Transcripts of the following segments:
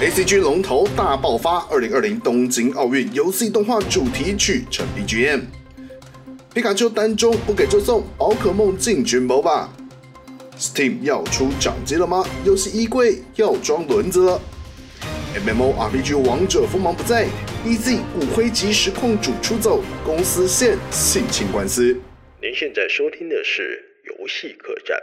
A C G 龙头大爆发，二零二零东京奥运游戏动画主题曲成 B G M。皮卡丘单中不给就送，宝可梦进军 MOBA。Steam 要出掌机了吗？游戏衣柜要装轮子了。M M O R P G 王者锋芒不再，E Z 骨灰级实控主出走，公司现性侵官司。您现在收听的是《游戏客栈》。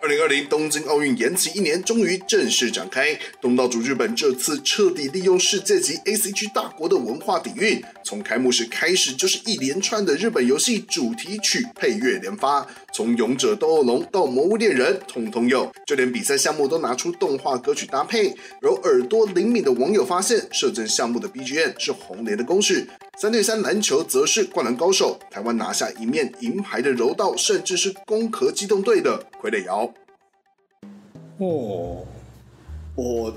二零二零东京奥运延期一年，终于正式展开。东道主日本这次彻底利用世界级 A C G 大国的文化底蕴，从开幕式开始就是一连串的日本游戏主题曲配乐连发，从《勇者斗恶龙》到《魔物猎人》，通通有。就连比赛项目都拿出动画歌曲搭配。有耳朵灵敏的网友发现，射箭项目的 B G M 是红莲的公式，三对三篮球则是《灌篮高手》。台湾拿下一面银牌的柔道，甚至是攻壳机动队的傀儡摇。哦，我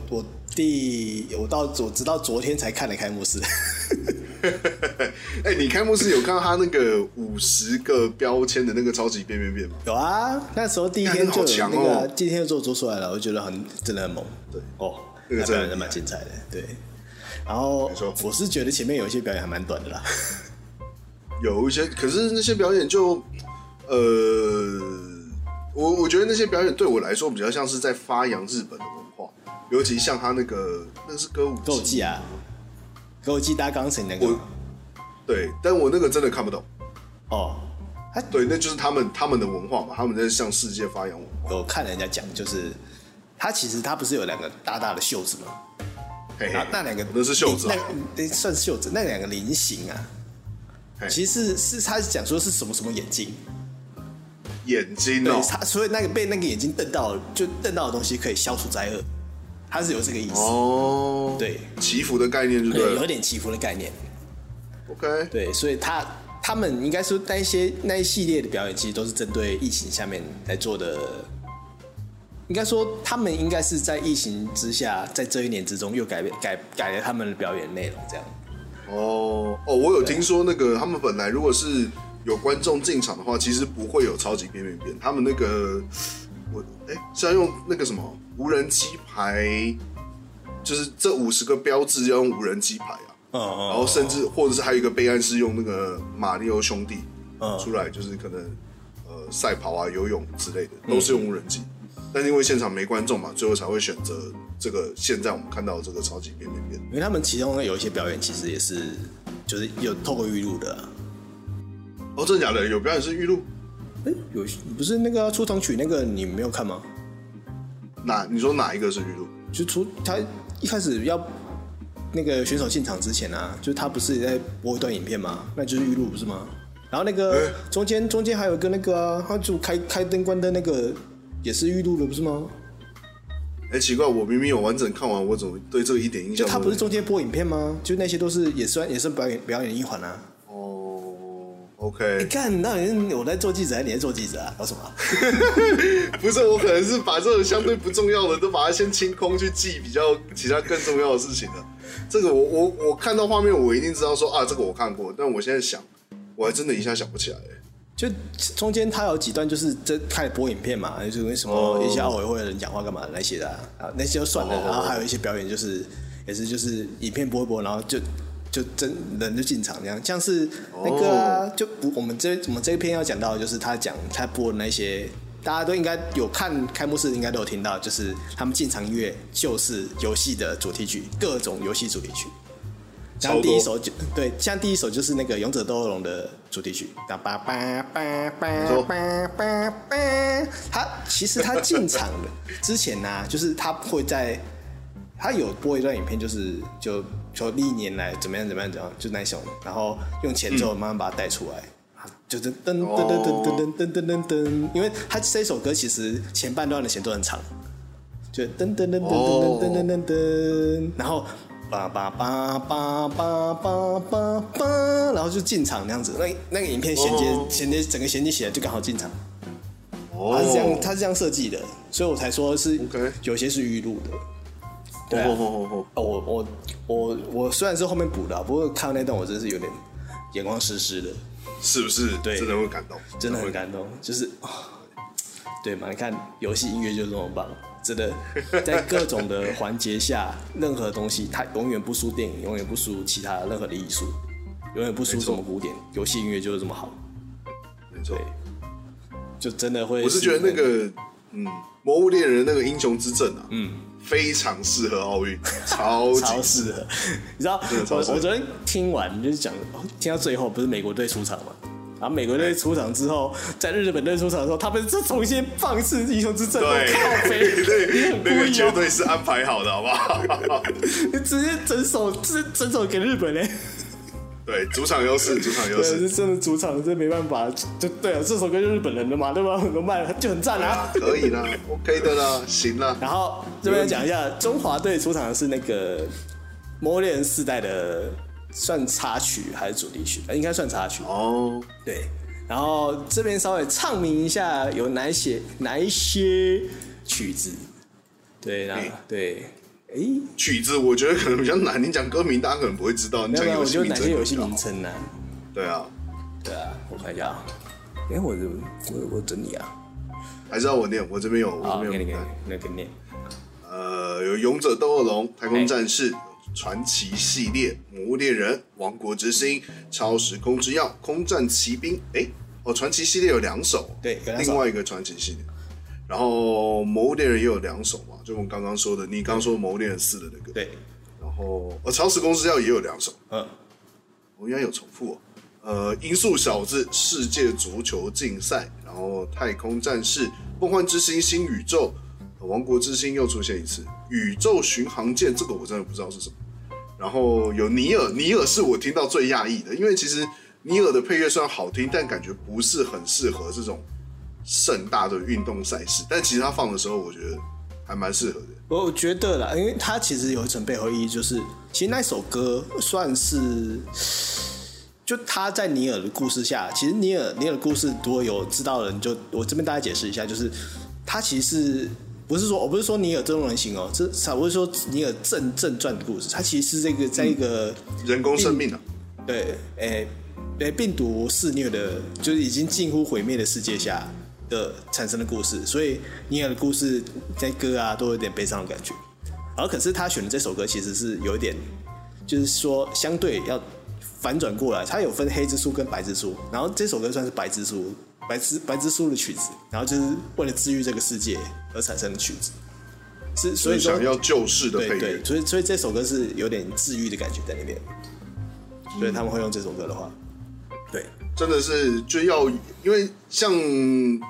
我第我到我直到昨天才看了开幕式， 哎、你开幕式有看到他那个五十个标签的那个超级变变变吗？有啊，那时候第一天就干好有那强个、哦今天就做出来了，我觉得很真的很猛，对哦，这个那真的很表演厉的害蛮精彩的，对。然后错我是觉得前面有一些表演还蛮短的啦，有一些，可是那些表演就，呃，我我觉得那些表演对我来说比较像是在发扬日本的文化，尤其像他那个那是歌舞歌舞伎，伎啊，歌舞伎搭钢琴那个我吗对，但我那个真的看不懂，哦，对，那就是他们他们的文化嘛，他们在向世界发扬文化，有看人家讲，就是他其实他不是有两个大大的袖子吗？嘿然嘿后，那两个那是袖子、啊那啊，那算是袖子，那两个菱形啊嘿，其实是是他是讲说是什么什么眼睛，眼睛对哦、他所以那个被那个眼睛瞪到，就瞪到的东西可以消除灾厄，他是有这个意思，哦，对祈福的概念就对，对有了点祈福的概念， ，OK，对，所以他他们应该说那一些那一系列的表演，其实都是针对疫情下面来做的。应该说，他们应该是在疫情之下，在这一年之中又改变改改了他们的表演内容，这样。哦哦，我有听说那个他们本来如果是有观众进场的话，其实不会有超级变变变，他们那个我哎、是要用那个什么无人机排，就是这五十个标志要用无人机排啊，嗯嗯然后甚至或者是还有一个备案是用那个马里奥兄弟嗯出来，就是可能呃赛跑啊、游泳之类的都是用无人机。但是因为现场没观众嘛，最后才会选择这个现在我们看到的这个超级变变变。因为他们其中有一些表演其实也是，就是有透过预录的、啊。哦，真的假的？有表演是预录？哎、有不是那个啊出场曲那个你没有看吗？哪？你说哪一个是预录？就出他一开始要那个选手进场之前啊，就是他不是在播一段影片吗？那就是预录不是吗？然后那个哎中间中间还有一个那个啊，他就开开灯关灯那个也是预录的不是吗？哎、奇怪，我明明有完整看完，我怎么对这个一点印就象都没有？他不是中间播影片吗？就那些都是也算也是表演表演的一环啊。哦你，OK，看，那你我在做记者，还是你在做记者啊？搞什么啊、哎不是， 我可能是把这种相对不重要的都把它先清空去记比较其他更重要的事情了。这个我我我看到画面，我一定知道说啊，这个我看过，但我现在想，我还真的一下想不起来、就中间他有几段就是在开始播影片嘛，就是什么哦一些奥委会的人讲话干嘛那些的啊，啊那些就算了，哦然后还有一些表演就是也是就是影片播一播，然后就就真人就进场这样，像是那个啊、就不我们这我们这一篇要讲到的就是他讲他播的那些。大家都应该有看开幕式，应该都有听到，就是他们进场音乐就是游戏的主题曲，各种游戏主题曲。像超多第一首就对，像第一首就是那个《勇者斗恶龙》的主题曲，叭叭叭叭叭叭叭叭。他其实他进场的 之前呢、就是他会在他有播一段影片，就是就就历年来怎么样怎么样怎么样，就那一首，然后用前奏慢慢把它带出来。啊就是噔噔噔噔噔噔噔噔噔，因为他这首歌其实前半段的前奏很长，就噔噔噔噔噔噔哦噔噔噔，然后叭叭叭叭叭叭叭叭，然后就进场那样子。那那个影片衔接哦衔接整个衔接起来就刚好进场，哦它是这样它是这样设计的，所以我才说是 OK 有些是预录的。对啊哦哦哦哦我我我我虽然是后面补的啊，不过看到那段我真是有点眼光湿湿的，哦，是不是？对真的会感动，真的会很感动，就是啊对嘛？你看游戏音乐就这么棒，真的，在各种的环节下，任何东西它永远不输电影，永远不输其他任何的艺术，永远不输什么古典，游戏音乐就是这么好，没错。就真的会。我是觉得那个，嗯，《魔物猎人》那个英雄之证啊，嗯，非常适合奥 运，超超级适合。你知道，我超我适合昨天听完就是讲，哦听到最后不是美国队出场嘛？然后美国队出场之后，在日本队出场的时候，他们是重新放肆英雄之 证，对靠飞，你 很 对，故那个意绝哦，对是安排好的，好不好？ 你 直接整首，直接整首给日本欸 嘞。对，主场优势，主场优对，势是，真的主场，这没办法，就对了，这首歌就是日本人的嘛，对吧？很多卖就很赞 啊。可以啦，OK 的啦，行啦，然后这边讲一下，中华队出场的是那个《魔猎人》四代的算插曲还是主题曲？呃应该算插曲。哦，对，然后这边稍微唱名一下有哪一些哪一些曲子。对，然后嗯对，哎、曲子我觉得可能比较难，你讲歌名大家可能不会知道，你要讲不然游我戏就名哪称些可能游比戏较好名称呢、对啊，对啊，我看一下啊。哎、我我我整理啊，还是要我念，我这边有，我好，这给边你有名给你单，那给你念。呃，有《勇者斗恶龙》《太哎空战士》传奇系列《魔物猎人》《王国之心》《超时空之钥》《空战骑兵》哎，哦，传奇系列有两首，对有两首另外一个传奇系列，然后《魔物猎人》也有两首嘛，就我们刚刚说的，你刚刚说《魔物猎人四》的那个，，对，然后呃，《超时空之钥》也有两首，嗯，我应该有重复哦。呃，《音速小子》世界足球竞赛，然后《太空战士》《梦幻之星》新宇宙，呃王国之心》又出现一次，《宇宙巡航舰》这个我真的不知道是什么。然后有尼尔，尼尔是我听到最讶异的，因为其实尼尔的配乐虽然好听，但感觉不是很适合这种盛大的运动赛事。但其实他放的时候，我觉得还蛮适合的。我觉得啦，因为它其实有一层背后意义，就是其实那首歌算是，就他在尼尔的故事下，其实尼尔尼尔的故事如果有知道的人就，我这边大概解释一下，就是他其实是不是说我不是说尼尔这种人形哦，这我是说尼尔正正传的故事，他其实是这个在一个、人工生命啊，对，诶、对病毒肆虐的，就是已经近乎毁灭的世界下的产生的故事，所以尼尔的故事在歌啊都有点悲伤的感觉。而可是他选的这首歌其实是有一点，就是说相对要反转过来，它有分黑之书跟白之书，然后这首歌算是白之书，白之白之书的曲子，然后就是为了治愈这个世界而产生的曲子，是所以说想要救世的配对乐。对，所以所以这首歌是有点治愈的感觉在里面，所以他们会用这首歌的话，对，真的是就要，因为像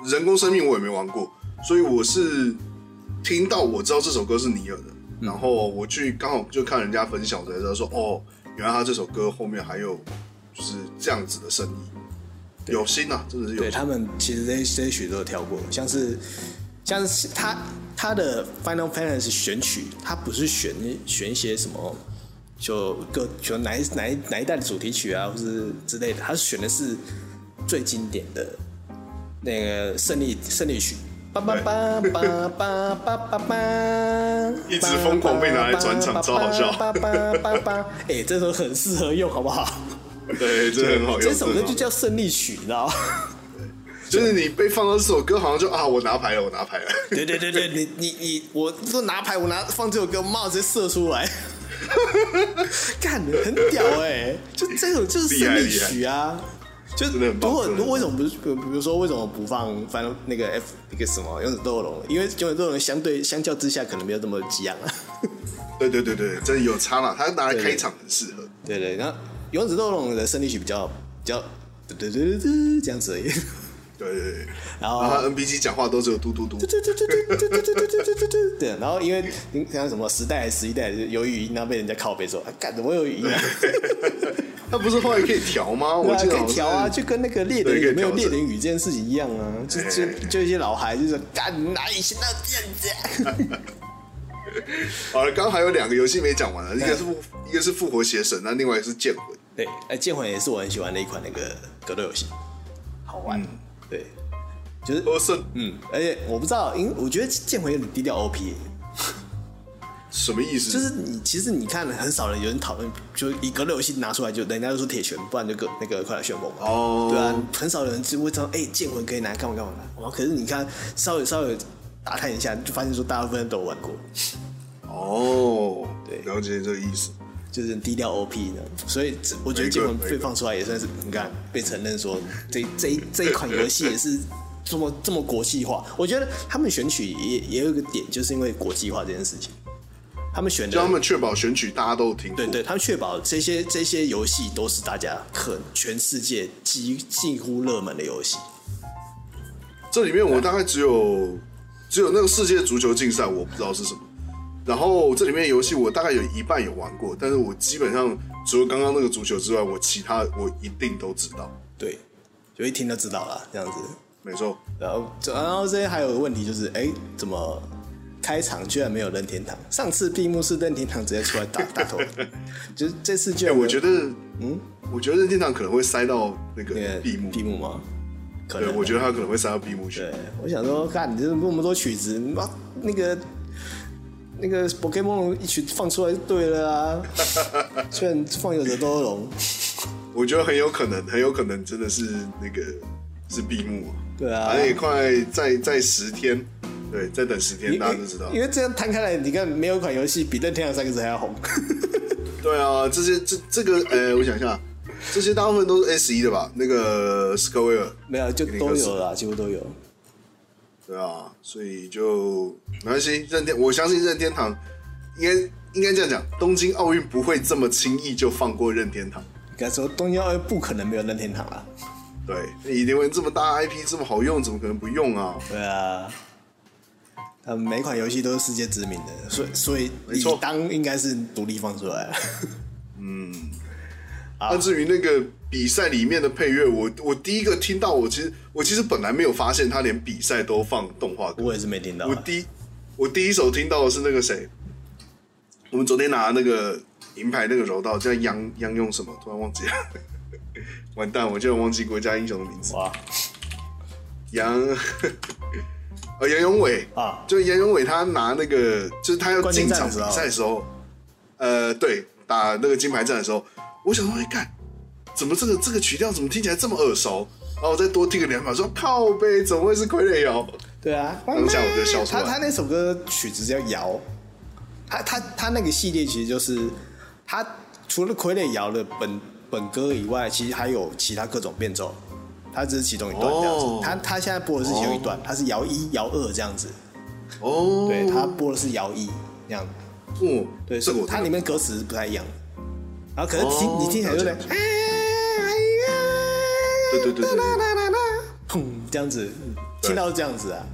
人工生命我也没玩过，所以我是听到我知道这首歌是尼尔的，嗯然后我去刚好就看人家分享才知道说，哦，原来他这首歌后面还有就是这样子的深意，有心啊，真的是有对心。他们其实这些这些曲都有跳过，像是像是他他的 Final Fantasy 选曲，他不是选选一些什么就各就哪一哪一哪一代的主题曲啊，或是之类的，他选的是最经典的那个胜利胜利曲。叭叭叭叭叭叭叭叭，一直疯狂被拿来转场超好笑叭叭叭叭，哎，这首很适合用，好不好？对，真的很好用。这首歌真的很好就叫胜利曲，你知道吗？就是你被放到这首歌，好像就啊，我拿牌了，我拿牌了。 对对对对，你你你，我说拿牌，我拿放这首歌，帽直接射出来， 干的很屌哎、就这种就是胜利曲啊，就真的很棒如真的很棒果如果为什么不是，比如比如说为什么不放反正那个 F 那个什么勇者斗恶龙？因为勇者斗恶龙相对相较之下可能没有这么激昂啊。对对对对，真的有差嘛，他拿来开场很适合。对对，然后勇者斗恶龙的胜利曲比较比较，嘟嘟嘟嘟嘟这样子而已。对对对，然然后后他 NPC 讲话都只有嘟嘟嘟对对对对对对对对。对对对对。然后因为你像什么时代十一代就有语音，然后被人家靠背说，啊，干怎么有语音啊？他不是后来可以调吗？对我啊，记得可好像以调啊，是就跟那个猎人有没有猎人语这件事情一样啊，就哎就就一些老孩就是干哪以前到这 样子、啊好了，刚刚还有两个游戏没讲完啊，一个是复一个是复活邪神，那另外一个是剑魂。对，哎，剑魂也是我很喜欢的一款那个格斗游戏，好玩。对，就是都是嗯嗯，而且我不知道，因为我觉得剑魂有点低调 OP，什么意思？就是你其实你看很少人有人讨论，就一格斗游戏拿出来就人家就说铁拳，不然就个那个快乐旋风嘛。哦对啊，很少有人就会知道哎、剑魂可以拿来干嘛干嘛的。然后可是你看稍微稍微打探一下，就发现说大部分人都有玩过，哦，对了解这个意思。就是很低调 OP 的。所以这我觉得没错剑魂没错被放出来也算是你看被承认说这这一这一款游戏也是。这么这么国际化，我觉得他们选取也也有一个点，就是因为国际化这件事情，他们选的就他们确保选曲大家都有听过，对对，他们确保这些这些游戏都是大家很全世界几近乎热门的游戏。这里面我大概只有只有那个世界足球竞赛，我不知道是什么。然后这里面游戏我大概有一半有玩过，但是我基本上除了刚刚那个足球之外，我其他我一定都知道。对，就一听就知道了这样子。没错，然后这然后这些还有个问题就是，哎，怎么开场居然没有任天堂？上次闭幕是任天堂直接出来打打 头，就是这次居哎、然我觉得得，嗯，我觉得任天堂可能会塞到那个闭幕，闭幕吗？可对，能我觉得他可能会塞到闭幕去。对，我想说，看你这那么多曲子，你把那个那个 Pokemon 一曲放出来就对了 啊。虽然放有的都聋，我觉得很有可能，很有可能真的是那个是闭幕、啊。对啊反正也快再再十天，对，再等十天大家就知道了。因为这样摊开来，你看没有一款游戏比《任天堂三个字》还要红。 对啊，这些这这个呃，我想一下，这些大部分都是 S 一的吧？那个 Square 没有，就都有啦，几乎都有。对啊，所以就没关系。任天，我相信任天堂应该应该这样讲，东京奥运不会这么轻易就放过任天堂。该说东京奥运不可能没有任天堂啊啦。对，一定会这么大 IP 这么好用，怎么可能不用啊？对啊，他们每款游戏都是世界知名的，所以所以没错理当应该是独立放出来。啊那至于那个比赛里面的配乐，我我第一个听到，我其实我其实本来没有发现他连比赛都放动画歌， 我也是没听到啊我。第我第一首听到的是那个谁，我们昨天拿那个银牌那个柔道叫杨杨用什么，突然忘记了， 完蛋，我竟然忘记国家英雄的名字，哇，杨， 呃杨永伟啊就杨永伟他拿那个就是他要冠军进战场的比时候赛的时候，呃对打那个金牌战的时候，我想说哎干，怎么这个这个曲调怎么听起来这么耳熟？然后我再多听个两秒，说靠背，怎么会是傀儡哦摇？对啊，当下我就笑出来他他那首歌曲子叫《摇》，他他他那个系列其实就是他除了傀儡摇的本本歌以外，其实还有其他各种变奏，它只是其中一段这样子。哦他他现在播的是其中一段，它是摇一、摇二这样子。哦，对，他播的是摇一这样。嗯，对，这个我它听里得面歌词不太一样，然后可能听、哦你听起来就在了解哎呀，对对对对对哒哒哒哒砰这样子，嗯对听到这样子啊，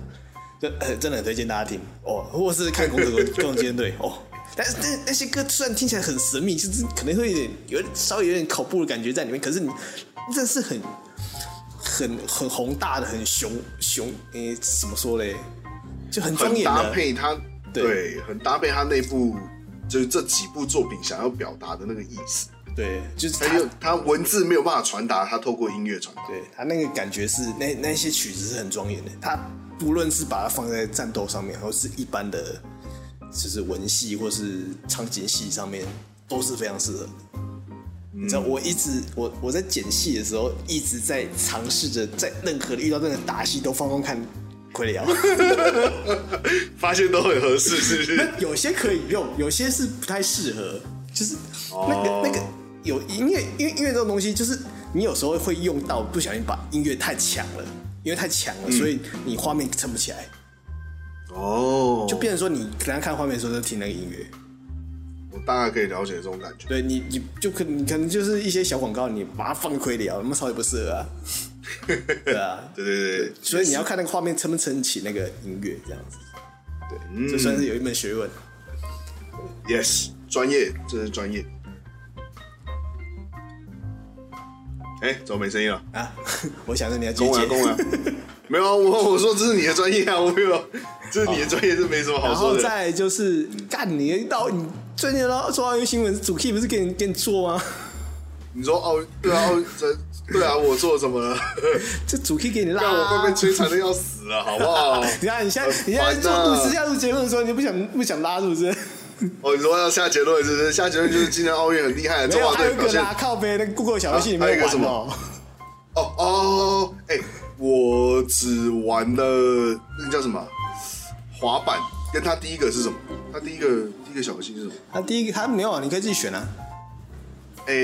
就、呃、真的很推荐大家听哦，或者是看《空手空间队》哦。但是那那些歌虽然听起来很神秘，就是可能会有点有点稍微有点恐怖的感觉在里面，可是你这是很很很宏大的、很雄雄诶、怎么说嘞？就很庄很严搭的，配他，对对，很搭配他那部就是这几部作品想要表达的那个意思，对，就是他它有他文字没有办法传达，他透过音乐传达。对他那个感觉是那那些曲子是很庄严的，他不论是把它放在战斗上面，或是一般的，就是文戏或是场景戏上面，都是非常适合的。你知道，我一直我我在剪戏的时候，一直在尝试着在任何遇到任何大戏都放放看啊傀儡摇，发现都很合适，是不是？有些可以用，有些是不太适合，就是那个、哦那个有音乐，因为因为这种东西就是你有时候会用到不小心把音乐太强了，因为太强了，所以你画面撑不起来，哦，就变成说你可能看画面的时候就听那个音乐，我大概可以了解这种感觉。对你你就可你可能就是一些小广告，你把它放亏了，那么稍微不适合啊，对啊，对对对，所以你要看那个画面撑不撑起那个音乐这样子，对，这算是有一门学问。 yes，专业，这是专业。哎，怎么没声音了？啊， 我想着你要接公接啊，公啊！ 没有啊，我我说这是你的专业啊，我没有，这是你的专业，这没什么好哦然说后的。再来就是干你到你最近到做奥运新闻主 key 不是给你给你做吗？ 你说奥运对啊，奥运这对啊，我做什么 了？这主 key 给你拉、让我啊会被。摧残的要死了，好不好？ 你看你现在你现在很做烦啊五十下录节目的时候，你就不想不想拉是不是？哦，你说要下结论是不是？下结论就是今年奥运很厉害，没中有，华还有队一表个现。啦，靠背那个 Google 小游戏里啊还有一面个玩什哦、哦哦，哎、我只玩了那个叫什么啊滑板，跟他第一个是什么？他第一个第一个小游戏是什么？他第一个他没有啊，你可以自己选啊。哎、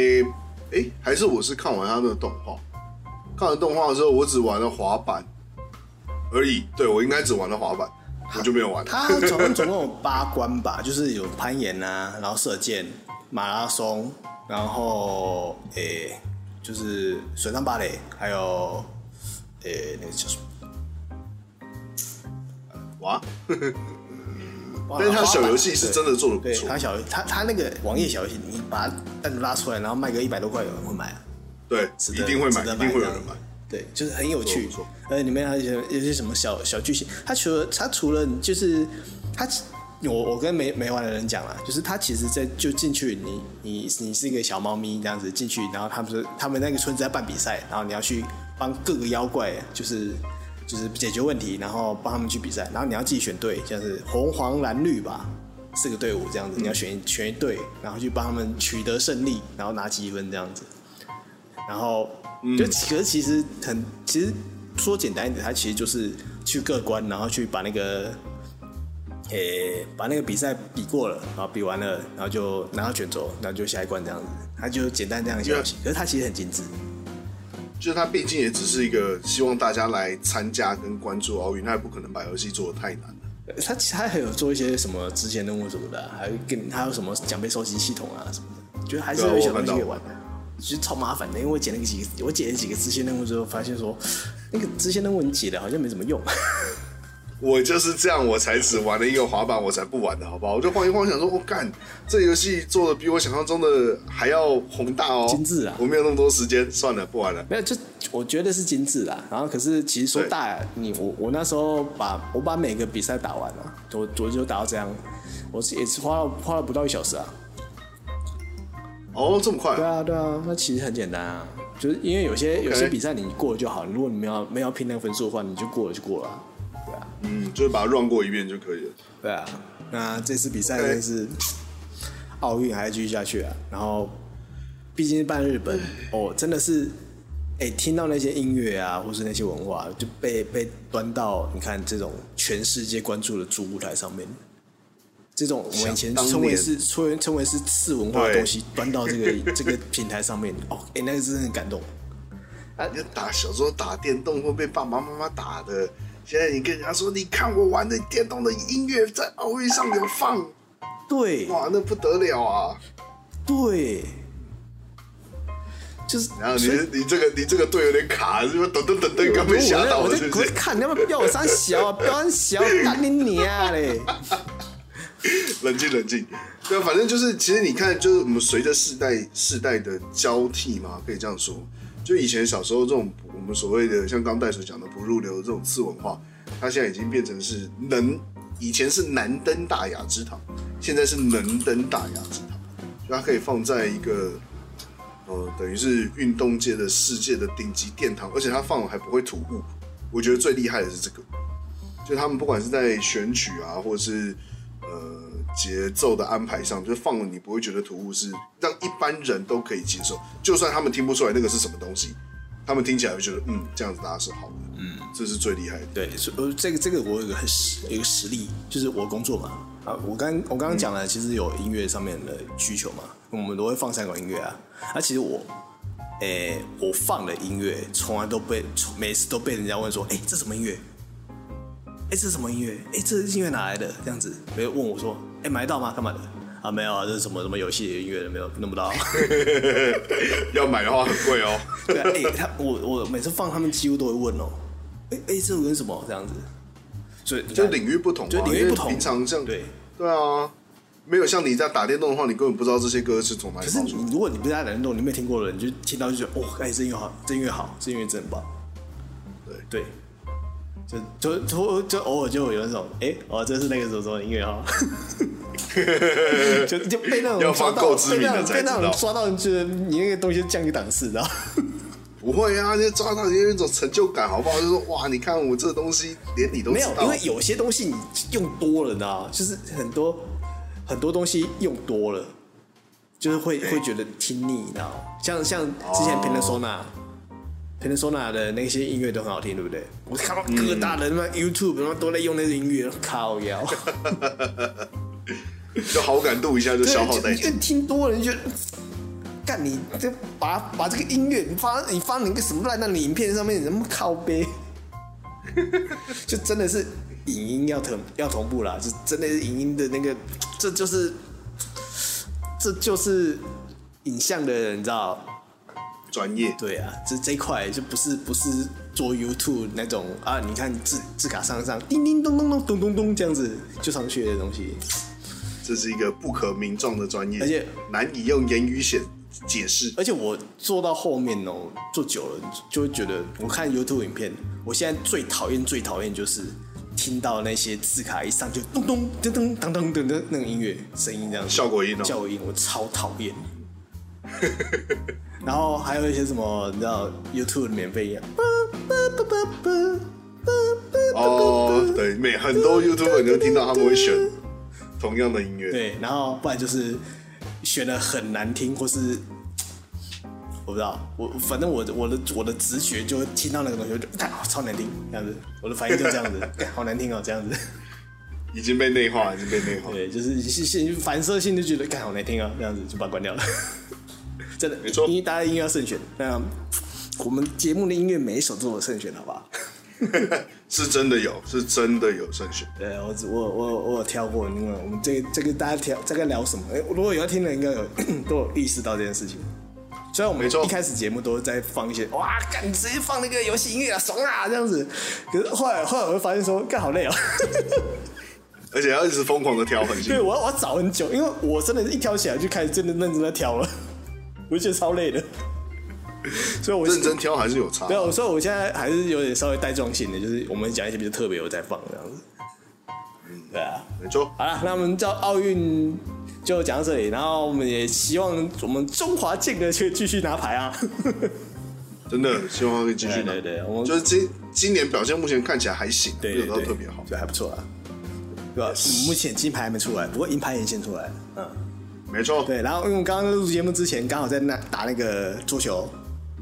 哎、还是我是看完他的动画，看完动画的时候，我只玩了滑板而已。对我应该只玩了滑板，我就没有玩。他总共总共有八关吧，就是有攀岩啊，然后射箭、马拉松，然后诶、就是水上芭蕾，还有诶、那个叫什么？哇！忘但了是他的滑板小游戏是真的做的不对错他，小他他那个网页小游戏，你把它单独拉出来，然后卖个一百多块，有人会买啊。对，值一得定会买，值得一定会有人这样买。对，就是很有趣不错不错，而且里面还有一些呃有些什么小小剧情。它除了它除了就是它，我我跟没没玩的人讲啦，就是它其实在就进去，你你你是一个小猫咪这样子进去，然后他们说他们那个村子在办比赛，然后你要去帮各个妖怪就是。就是解决问题，然后帮他们去比赛，然后你要自己选队，像是红黄蓝绿吧，四个队伍这样子，你要选一选一队，然后去帮他们取得胜利，然后拿积分这样子。然后就嗯其实其实很其实说简单一点，它其实就是去各关，然后去把那个诶、把那个比赛比过了，然后比完了，然后就拿到卷轴，然后就下一关这样子，它就简单这样一个啊游戏，可是它其实很精致。就是他毕竟也只是一个希望大家来参加跟关注奥运，他也不可能把游戏做的太难了。呃它其它还有做一些什么支线任务什么的啊、还有跟还有什么奖杯收集系统啊什么的，觉得还是对啊有一些我看东西可以到玩的。其实超麻烦的，因为我解了几个，我解了几个支线任务之后，发现说那个支线任务你解了好像没什么用。我就是这样，我才只玩了一个滑板，我才不玩的，好不好？我就晃一晃，想说，我、哦、干，这游戏做的比我想象中的还要宏大哦，精致啊我没有那么多时间，算了，不玩了。没有，就我觉得是精致啦。然后可是其实说对大，你我我那时候把我把每个比赛打完了，我我就打到这样，我是也是花了花了不到一小时啊。哦，这么快对啊、啊对啊，那其实很简单啊，就是因为有些有些比赛你过了就好，如果你没有没有要拼那个分数的话，你就过了就过了啊、嗯，就是把它 run 过一遍就可以了。对啊，那这次比赛真的是奥运还要继续下去啊。然后，毕竟是办日本，哦，真的是，哎、听到那些音乐啊，或是那些文化，就被被端到你看这种全世界关注的主舞台上面。这种我们以前想当称为年是称为称为是次文化的对东西，端到这 个这个平台上面，哦，哎、那个真的很感动。啊你打小时候打电动会被爸爸妈妈打的，现在你跟人家说，你看我玩的电动的音乐在奥运上有放，对哇，那不得了啊！对，就是然后你所以你这个你这个队有点卡，是不是？噔噔噔噔，刚被吓到我了，在是不我在是？看，你要不要我三小啊？不要小，干你 娘嘞！冷静冷静。对啊，反正就是，其实你看，就是我们随着世代世代的交替嘛，可以这样说。就以前小时候这种我们所谓的像刚戴所讲的不入流这种次文化，它现在已经变成是能，以前是难登大雅之堂，现在是能登大雅之堂，就它可以放在一个。呃，等于是运动界的世界的顶级殿堂，而且它放的还不会突兀。我觉得最厉害的是这个，就他们不管是在选曲啊，或者是呃节奏的安排上，就放了你不会觉得突兀，是让一般人都可以接受。就算他们听不出来那个是什么东西，他们听起来会觉得嗯，这样子大家是好的，嗯，这是最厉害的。对，所以呃，这个这个我有一个很实有一个实例，就是我工作嘛，啊，我刚我刚刚讲了，其实有音乐上面的需求嘛，我们都会放三管音乐啊，啊，其实我，诶、我放的音乐从来都被从每次都被人家问说，哎、这什么音乐？哎、这是什么音乐？哎、这音乐哪来的？这样子，没有问我说，哎、买得到吗？干嘛的？啊，没有啊，这是什么什么游戏的音乐的，没有弄不到。啊要买的话很贵哦。对、啊，哎、他我我每次放他们几乎都会问哦，哎、哎、这首跟什么这样子，所以你就看领域不同嘛，就领域不因同为平常像对，对啊，没有像你在打电动的话，你根本不知道这些歌是从哪里可是放出来的。你如果你不是在打运动，你没有听过的，你就听到就觉得哦，哎、这音乐好，这音乐好，这音乐真棒。对对，就就就就偶尔就有那种哎、哦，这是那个什么什么音 乐哈，就就被那要种人刷放到，够知被名那的种才被那知种道人刷到，你觉得你那个东西降一档次，然后。不会啊，就抓到你有一种成就感，好不好？就说哇，你看我这东西连你都没知有，道，因为有些东西你用多了，你知道吗？就是很多很多东西用多了，就是会对会觉得听腻，你知道吗？像像之前哦 Panasona、Panasona 的那些音乐都很好听，对不嗯对？我看到各大的他妈 YouTube 他妈都在用那个音乐，靠腰，就好感度一下就消耗对殆就就尽。听多了你就觉得。干你这把把这个音乐你发你发你个什么烂烂的影片上面，你他妈靠背， 就真的是影音要同要同步啦，就真的是影音的那个，这就是这就是影像的，你知道？专业对啊，这这一块就不是不是做 YouTube 那种啊，你看字字卡上上叮叮咚咚咚咚咚咚这样子就上去的东西，这是一个不可名状的专业，而且难以用言语显解释。而且我做到后面哦，做久了就会觉得，我看 YouTube 影片，我现在最讨厌最讨厌就是听到那些字卡一上就咚咚噔噔当当噔噔那个音乐声音这样子，效果音哦效果音我超讨厌。 然后还有一些什么，你知道 YouTube 的免费啊音乐，哦，对，每很多 YouTuber 你都听到他们会选同样的音乐，对，然后不然就是选的很难听，或是我不知道，我反正我的我的我的直觉就会听到那个东西，我就看、啊超难听这样子，我的反应就这样子， 干好难听哦这样子，已经被内化，已经被内化。对，就是是是反射性就觉得干好难听哦这样子就把它关掉了， 真的，没错因为大家音乐要慎选，那我们节目的音乐每一首都有慎选，好不好？ 是真的有，是真的有慎选。对，我只我我我有挑过那个，我们这个这个大家挑这个聊什么？哎、如果有要听的，应该有 都有意识到这件事情。虽然我们没错一开始节目都在放一些哇，干你直接放那个游戏音乐啊，爽啊这样子，可是后来后来我会发现说，干好累哦，而且要一直疯狂的挑很辛 对苦。我要我要找很久，因为我真的是一挑起来就开始真的认真在挑了， 我就觉得超累的，所以我认真挑还是有差没。有，所以我现在还是有点稍微带状性的，就是我们讲一些比较特别我再放这样子，对啊。没错，好了，那我们到奥运就讲到这里，然后我们也希望我们中华健儿去继续拿牌啊！真的希望他可以继续拿。对对对我们就是今今年表现目前看起来还行，啊没 对有对到对，特别好。对，还不错啊。对吧？目前金牌还没出来，不过银牌也先出来了。嗯，没错，对。然后因为我们刚刚录节目之前，刚好在那打那个桌球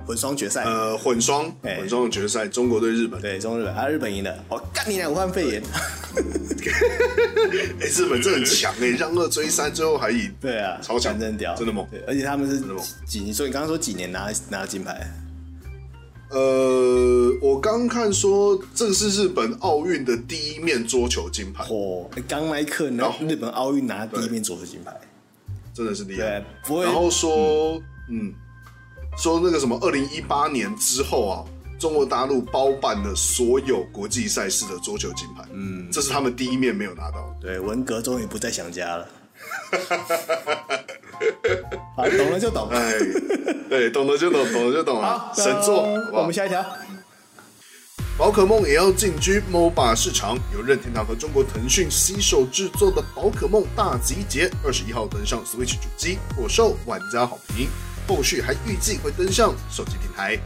混双决赛，呃，混双，哎混双的决赛，中国对日本。对，中日本啊，日本赢了。我、干你俩武汉肺炎！哎，日本这很强哎，让二追三，最后还赢。 对啊，超强，真屌，真的猛。对，而且他们是的猛几年？所以你刚刚说几年拿拿金牌？呃，我刚看说这是日本奥运的第一面桌球金牌，哦，刚那一刻，然呢，后日本奥运拿第一面桌球金牌。真的是厉害对。，不会。然后说，嗯，说那个什么，二零一八年之后啊，中国大陆包办了所有国际赛事的桌球金牌，嗯，这是他们第一面没有拿到 的。对，文革终于不再想家 了。好，懂了就懂。哎，对，懂得就懂，懂得就懂了好，，神作，那好不我好们？下一条。宝可梦也要进军 MOBA 市场，由任天堂和中国腾讯携手制作的《宝可梦大集结》二十一号登上 Switch 主机，颇受玩家好评。后续还预计会登上手机平台。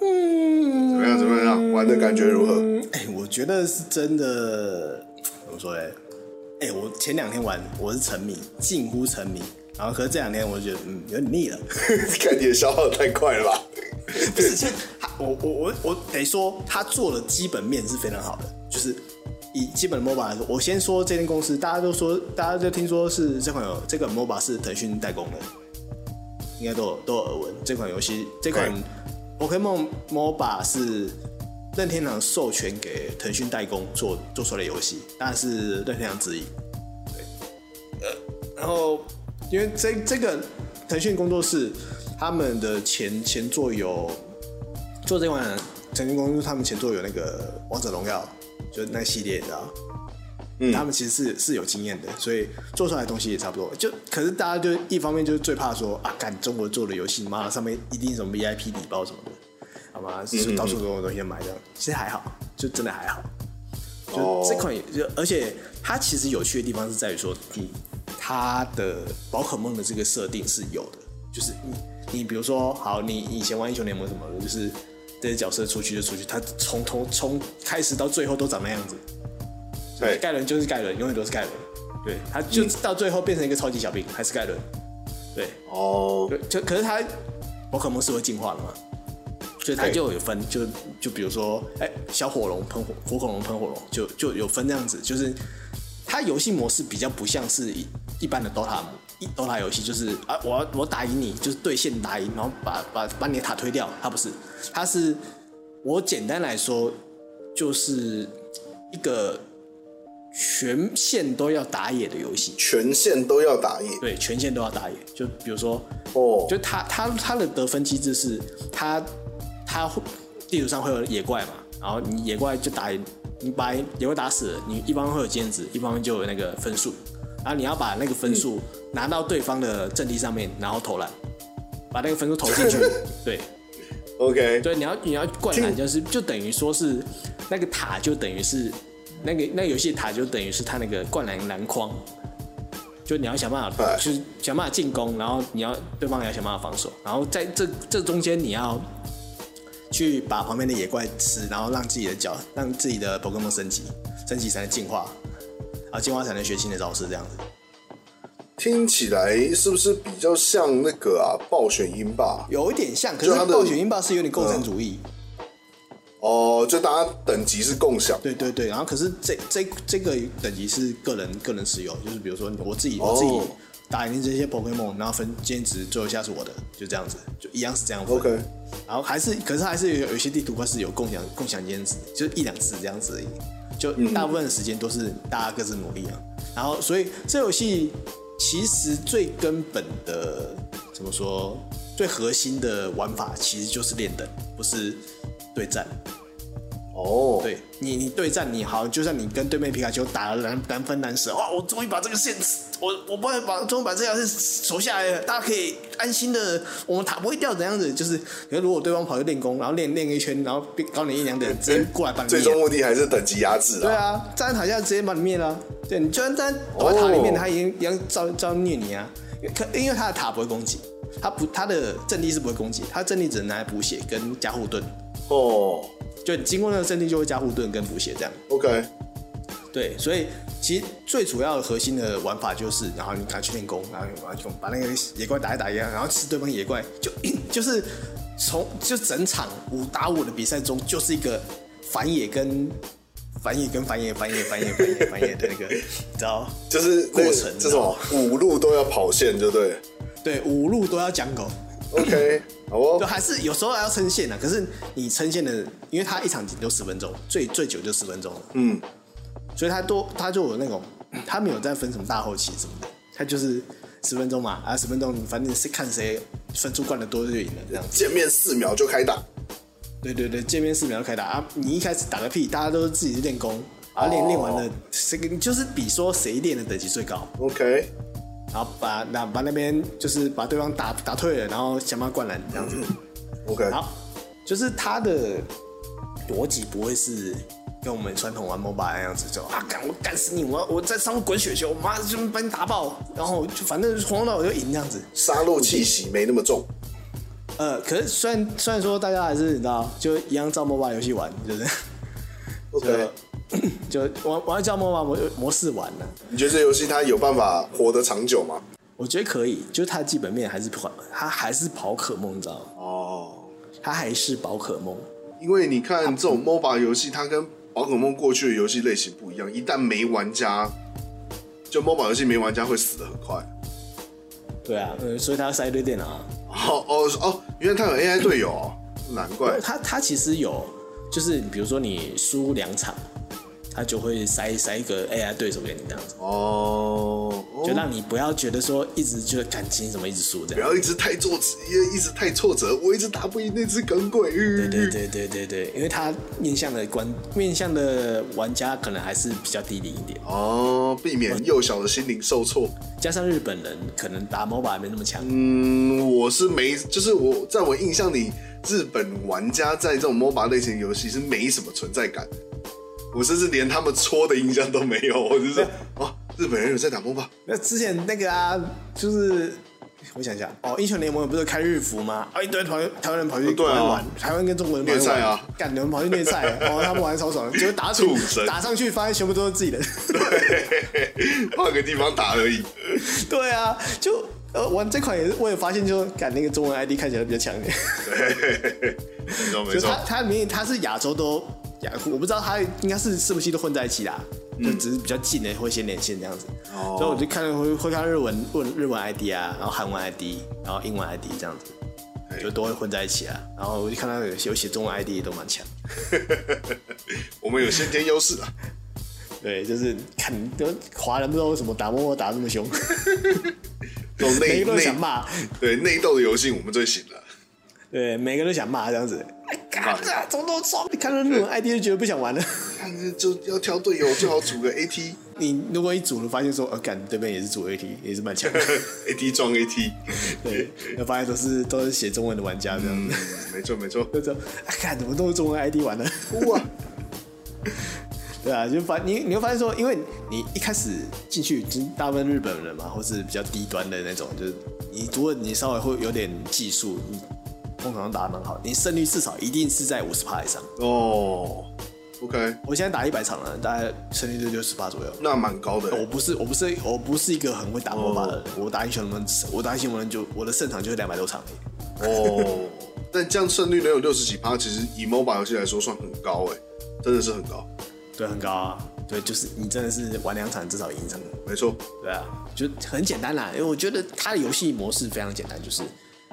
嗯，怎么样？怎么样？玩的感觉如何？ 哎、我觉得是真的，怎么说嘞？哎、我前两天玩，我是沉迷，近乎沉迷。然后，可是这两天我就觉得，嗯，有点腻了。看你也消耗得太快了吧？不是，其实他我我我我得说，他做的基本面是非常好的，就是以基本的 MOBA 来说，我先说这间公司，大家都说，大家都听说是这款有这个 MOBA 是腾讯代工的，应该都有都有耳闻。这款游戏，这款 Pokemon MOBA 是任天堂授权给腾讯代工做做出来的游戏，但是任天堂自己呃然后因为这这个腾讯工作室他们的前前作有做这款腾讯工作室他们前作有那个《王者荣耀》，就那系列，你知道。嗯、他们其实是是有经验的，所以做出来的东西也差不多。就可是大家就一方面就是最怕说啊，干中国做的游戏，妈上面一定什么 VIP 礼包什么的，好吗？就到处都有东西买这样，其实还好，就真的还好。就这款也，就而且它其实有趣的地方是在于说，你它的宝可梦的这个设定是有的，就是你你比如说，好，你以前玩英雄联盟什么的，就是这些角色出去就出去，它从头从开始到最后都长那样子，对盖伦就是盖伦，永远都是盖伦。对，他就到最后变成一个超级小兵，还是盖伦。对，哦，对，就可是他宝可梦是会进化的嘛，所以它对就有分，就就比如说，哎、小火龙喷火，火恐龙喷火龙，就就有分这样子，就是它游戏模式比较不像是一一般的 DOTA 一 DOTA 游戏，就是啊，我要我打赢你，就是对线打赢，然后把把把你的塔推掉，它不是，它是我简单来说就是一个全线都要打野的游戏。全线都要打野对，全线都要打野。就比如说，哦，就他他他的得分机制是，他他会地图上会有野怪嘛，然后你野怪就打赢，你把野怪打死了，你一方会有尖子，一方就有那个分数，然后你要把那个分数拿到对方的阵地上面，然后投篮，把那个分数投进去。对 OK，对，你要你要灌篮，就是就等于说是那个塔就等于是那个那个游戏塔就等于是它那个灌篮篮筐。就你要想办法，哎就是想办法进攻，然后你要对方也要想办法防守，然后在这这中间你要去把旁边的野怪吃，然后让自己的脚，让自己的 p o k 升级，升级才能进化，啊，进化才能学新的招式，这样子。听起来是不是比较像那个啊暴雪英霸？有一点像，可就是它的暴雪英霸是有点构成主义，哦，就大家等级是共享，对对对，然后可是这这这个等级是个人个人持有，就是比如说我自己、我自己哦打赢这些 Pokemon，然后分兼职最后一下是我的，就这样子，就一样是这样分。 OK 然后还是，可是还是有有一些地图它是有共享共享兼职，就是一两次这样子而已，嗯就大部分的时间都是大家各自努力啊。然后所以这游戏其实最根本的怎么说，最核心的玩法其实就是练等，不是对战。哦，对你，你对战你好，就算你跟对面皮卡丘打了难难分难舍，哇！我终于把这个线，我我不会把终于把这条线守下来了，大家可以安心的，我们塔不会掉怎样子。就是，可是如果对方跑去练功，然后练练一圈，然后变高你一两点，哎直接过来把你最终灭。目的还是等级压制对啊。啊，站在塔下直接把你灭了啊、对你就算站在躲在塔里面，哦他也一样照照虐你啊。因为可因为他的塔不会攻击，他不他的阵地是不会攻击，他阵地只能拿来补血跟加护盾。哦就你经过那个阵地就会加护盾跟补血这样。 ，OK，对，所以其实最主要的核心的玩法就是，然后你赶快去练功，然后你赶快去把那个野怪打一打一样，然后吃对方野怪，就嗯就是从就整场五打五的比赛中，就是一个反野跟反野跟反野反野反野反野反野的那个，你知道？就是那个过程这什么五路都要跑线，对不对对，五路都要讲狗， ？OK，好就哦，还是有时候还要撑线啊的、可是你撑线的，因为它一场就十分钟，最最久就十分钟了。嗯，所以他多他就有那种，他没有在分什么大后期什么的，他就是十分钟嘛，啊十分钟，反正是看谁分数灌的多就赢了这样子。见面四秒就开打，对对对，见面四秒开打啊，你一开始打个屁，大家都是自己练功，啊练哦练完了，这个就是比说谁练的等级最高， OK，然后把那把那边就是把对方打打退了，然后想办法灌篮这样子。 OK，好，就是它的逻辑不会是跟我们传统玩 MOBA 那样子，就啊干我干死你，我要我在上面滚雪球，我妈就把你打爆，然后就反正从头到尾就赢这样子。杀戮气息没那么重，呃，可是虽然虽然说大家还是你知道，就一样照 MOBA 游戏玩，就是 OK，就玩玩照 MOBA 模模式玩啊了、你觉得这游戏它有办法活得长久吗？我觉得可以，就是它基本面还是跑，它还是宝可梦，你知道吗？哦，它还是宝可梦。因为你看这种 MOBA 游戏，它跟宝可梦过去的游戏类型不一样，一旦没玩家，就 MOBA 游戏没玩家会死的很快。对啊，呃，所以它要塞一堆电脑、啊。哦哦哦，原来它有 AI 队友、哦，难怪。它它其实有，就是比如说你输两场，它就会塞塞一个 AI 对手给你这样子，哦，哦就让你不要觉得说一直就是感情怎么一直输这不样。要一直太挫折，一直太挫折，我一直打不赢那只耿鬼。嗯对对对，对对对对，因为它面向的观面向的玩家可能还是比较低龄一点，哦，避免幼小的心灵受挫。加上日本人可能打 MOBA 没那么强。嗯，我是没，就是我在我印象里，日本玩家在这种 MOBA 类型游戏是没什么存在感，我甚至连他们戳的印象都没有，我就是哦，日本人有在打 MOBA，那之前那个啊，就是我想一下，哦，英雄联盟不是开日服吗？啊，一堆台湾台湾人跑去哦对啊台湾玩，台湾跟中国人跑去虐玩菜啊干你们跑去虐 菜，哦，他们玩得超爽的，结果打出畜生打上去发现全部都是自己人， 换个地方打而已。对啊，就呃玩这款也是，我也发现就干那个中文 ID 看起来比较强一点，对，没错没就错他，他明明他是亚洲都亚，我不知道他应该是是不是都混在一起啦，就只是比较近的会先连线这样子，嗯哦所以我就看会会看日文问日文 ID 啊，然后韩文 ID，然后英文 ID 这样子。哎就都会混在一起啊。然后我就看到有些有写中文 ID 也都蛮强，我们有先天优势啊的。对，就是看就华人不知道为什么打默默打得这么凶，这种每内个都想内骂，对内斗的游戏我们最行了，对，每个都想骂这样子。哎骂人干这怎么都爽？你看到日文 ID 就觉得不想玩了。 看就要挑队友，最好组个 AT 你如果一组了，发现说，呃，干对面也是组 AT，也是蛮强的， AT 撞 AT， 对，那发现都是都是写中文的玩家这样嗯子，，没错没错，就这样，啊，看怎么都是中文 ID 玩 的。哭啊！对啊，就发你你会发现说，因为你一开始进去，就是大部分日本人嘛，或是比较低端的那种，就是你如果你稍微会有点技术，你通常打得蛮好，你胜率至少一定是在五十趴以上。哦，OK，我现在打一百场了，大概胜率就六十趴左右。那蛮高的我欸，不是我不是我不是一个很会打 MOBA 的人，我打英雄联盟，我打英雄联盟就我的胜场就是两百多场而已。哦， 但这样胜率能有六十几趴，其实以 MOBA 游戏来说算很高哎，真的是很高，对，很高啊。对，就是你真的是玩两场至少赢一场。没错，对啊，就很简单啦，因为我觉得它的游戏模式非常简单，就是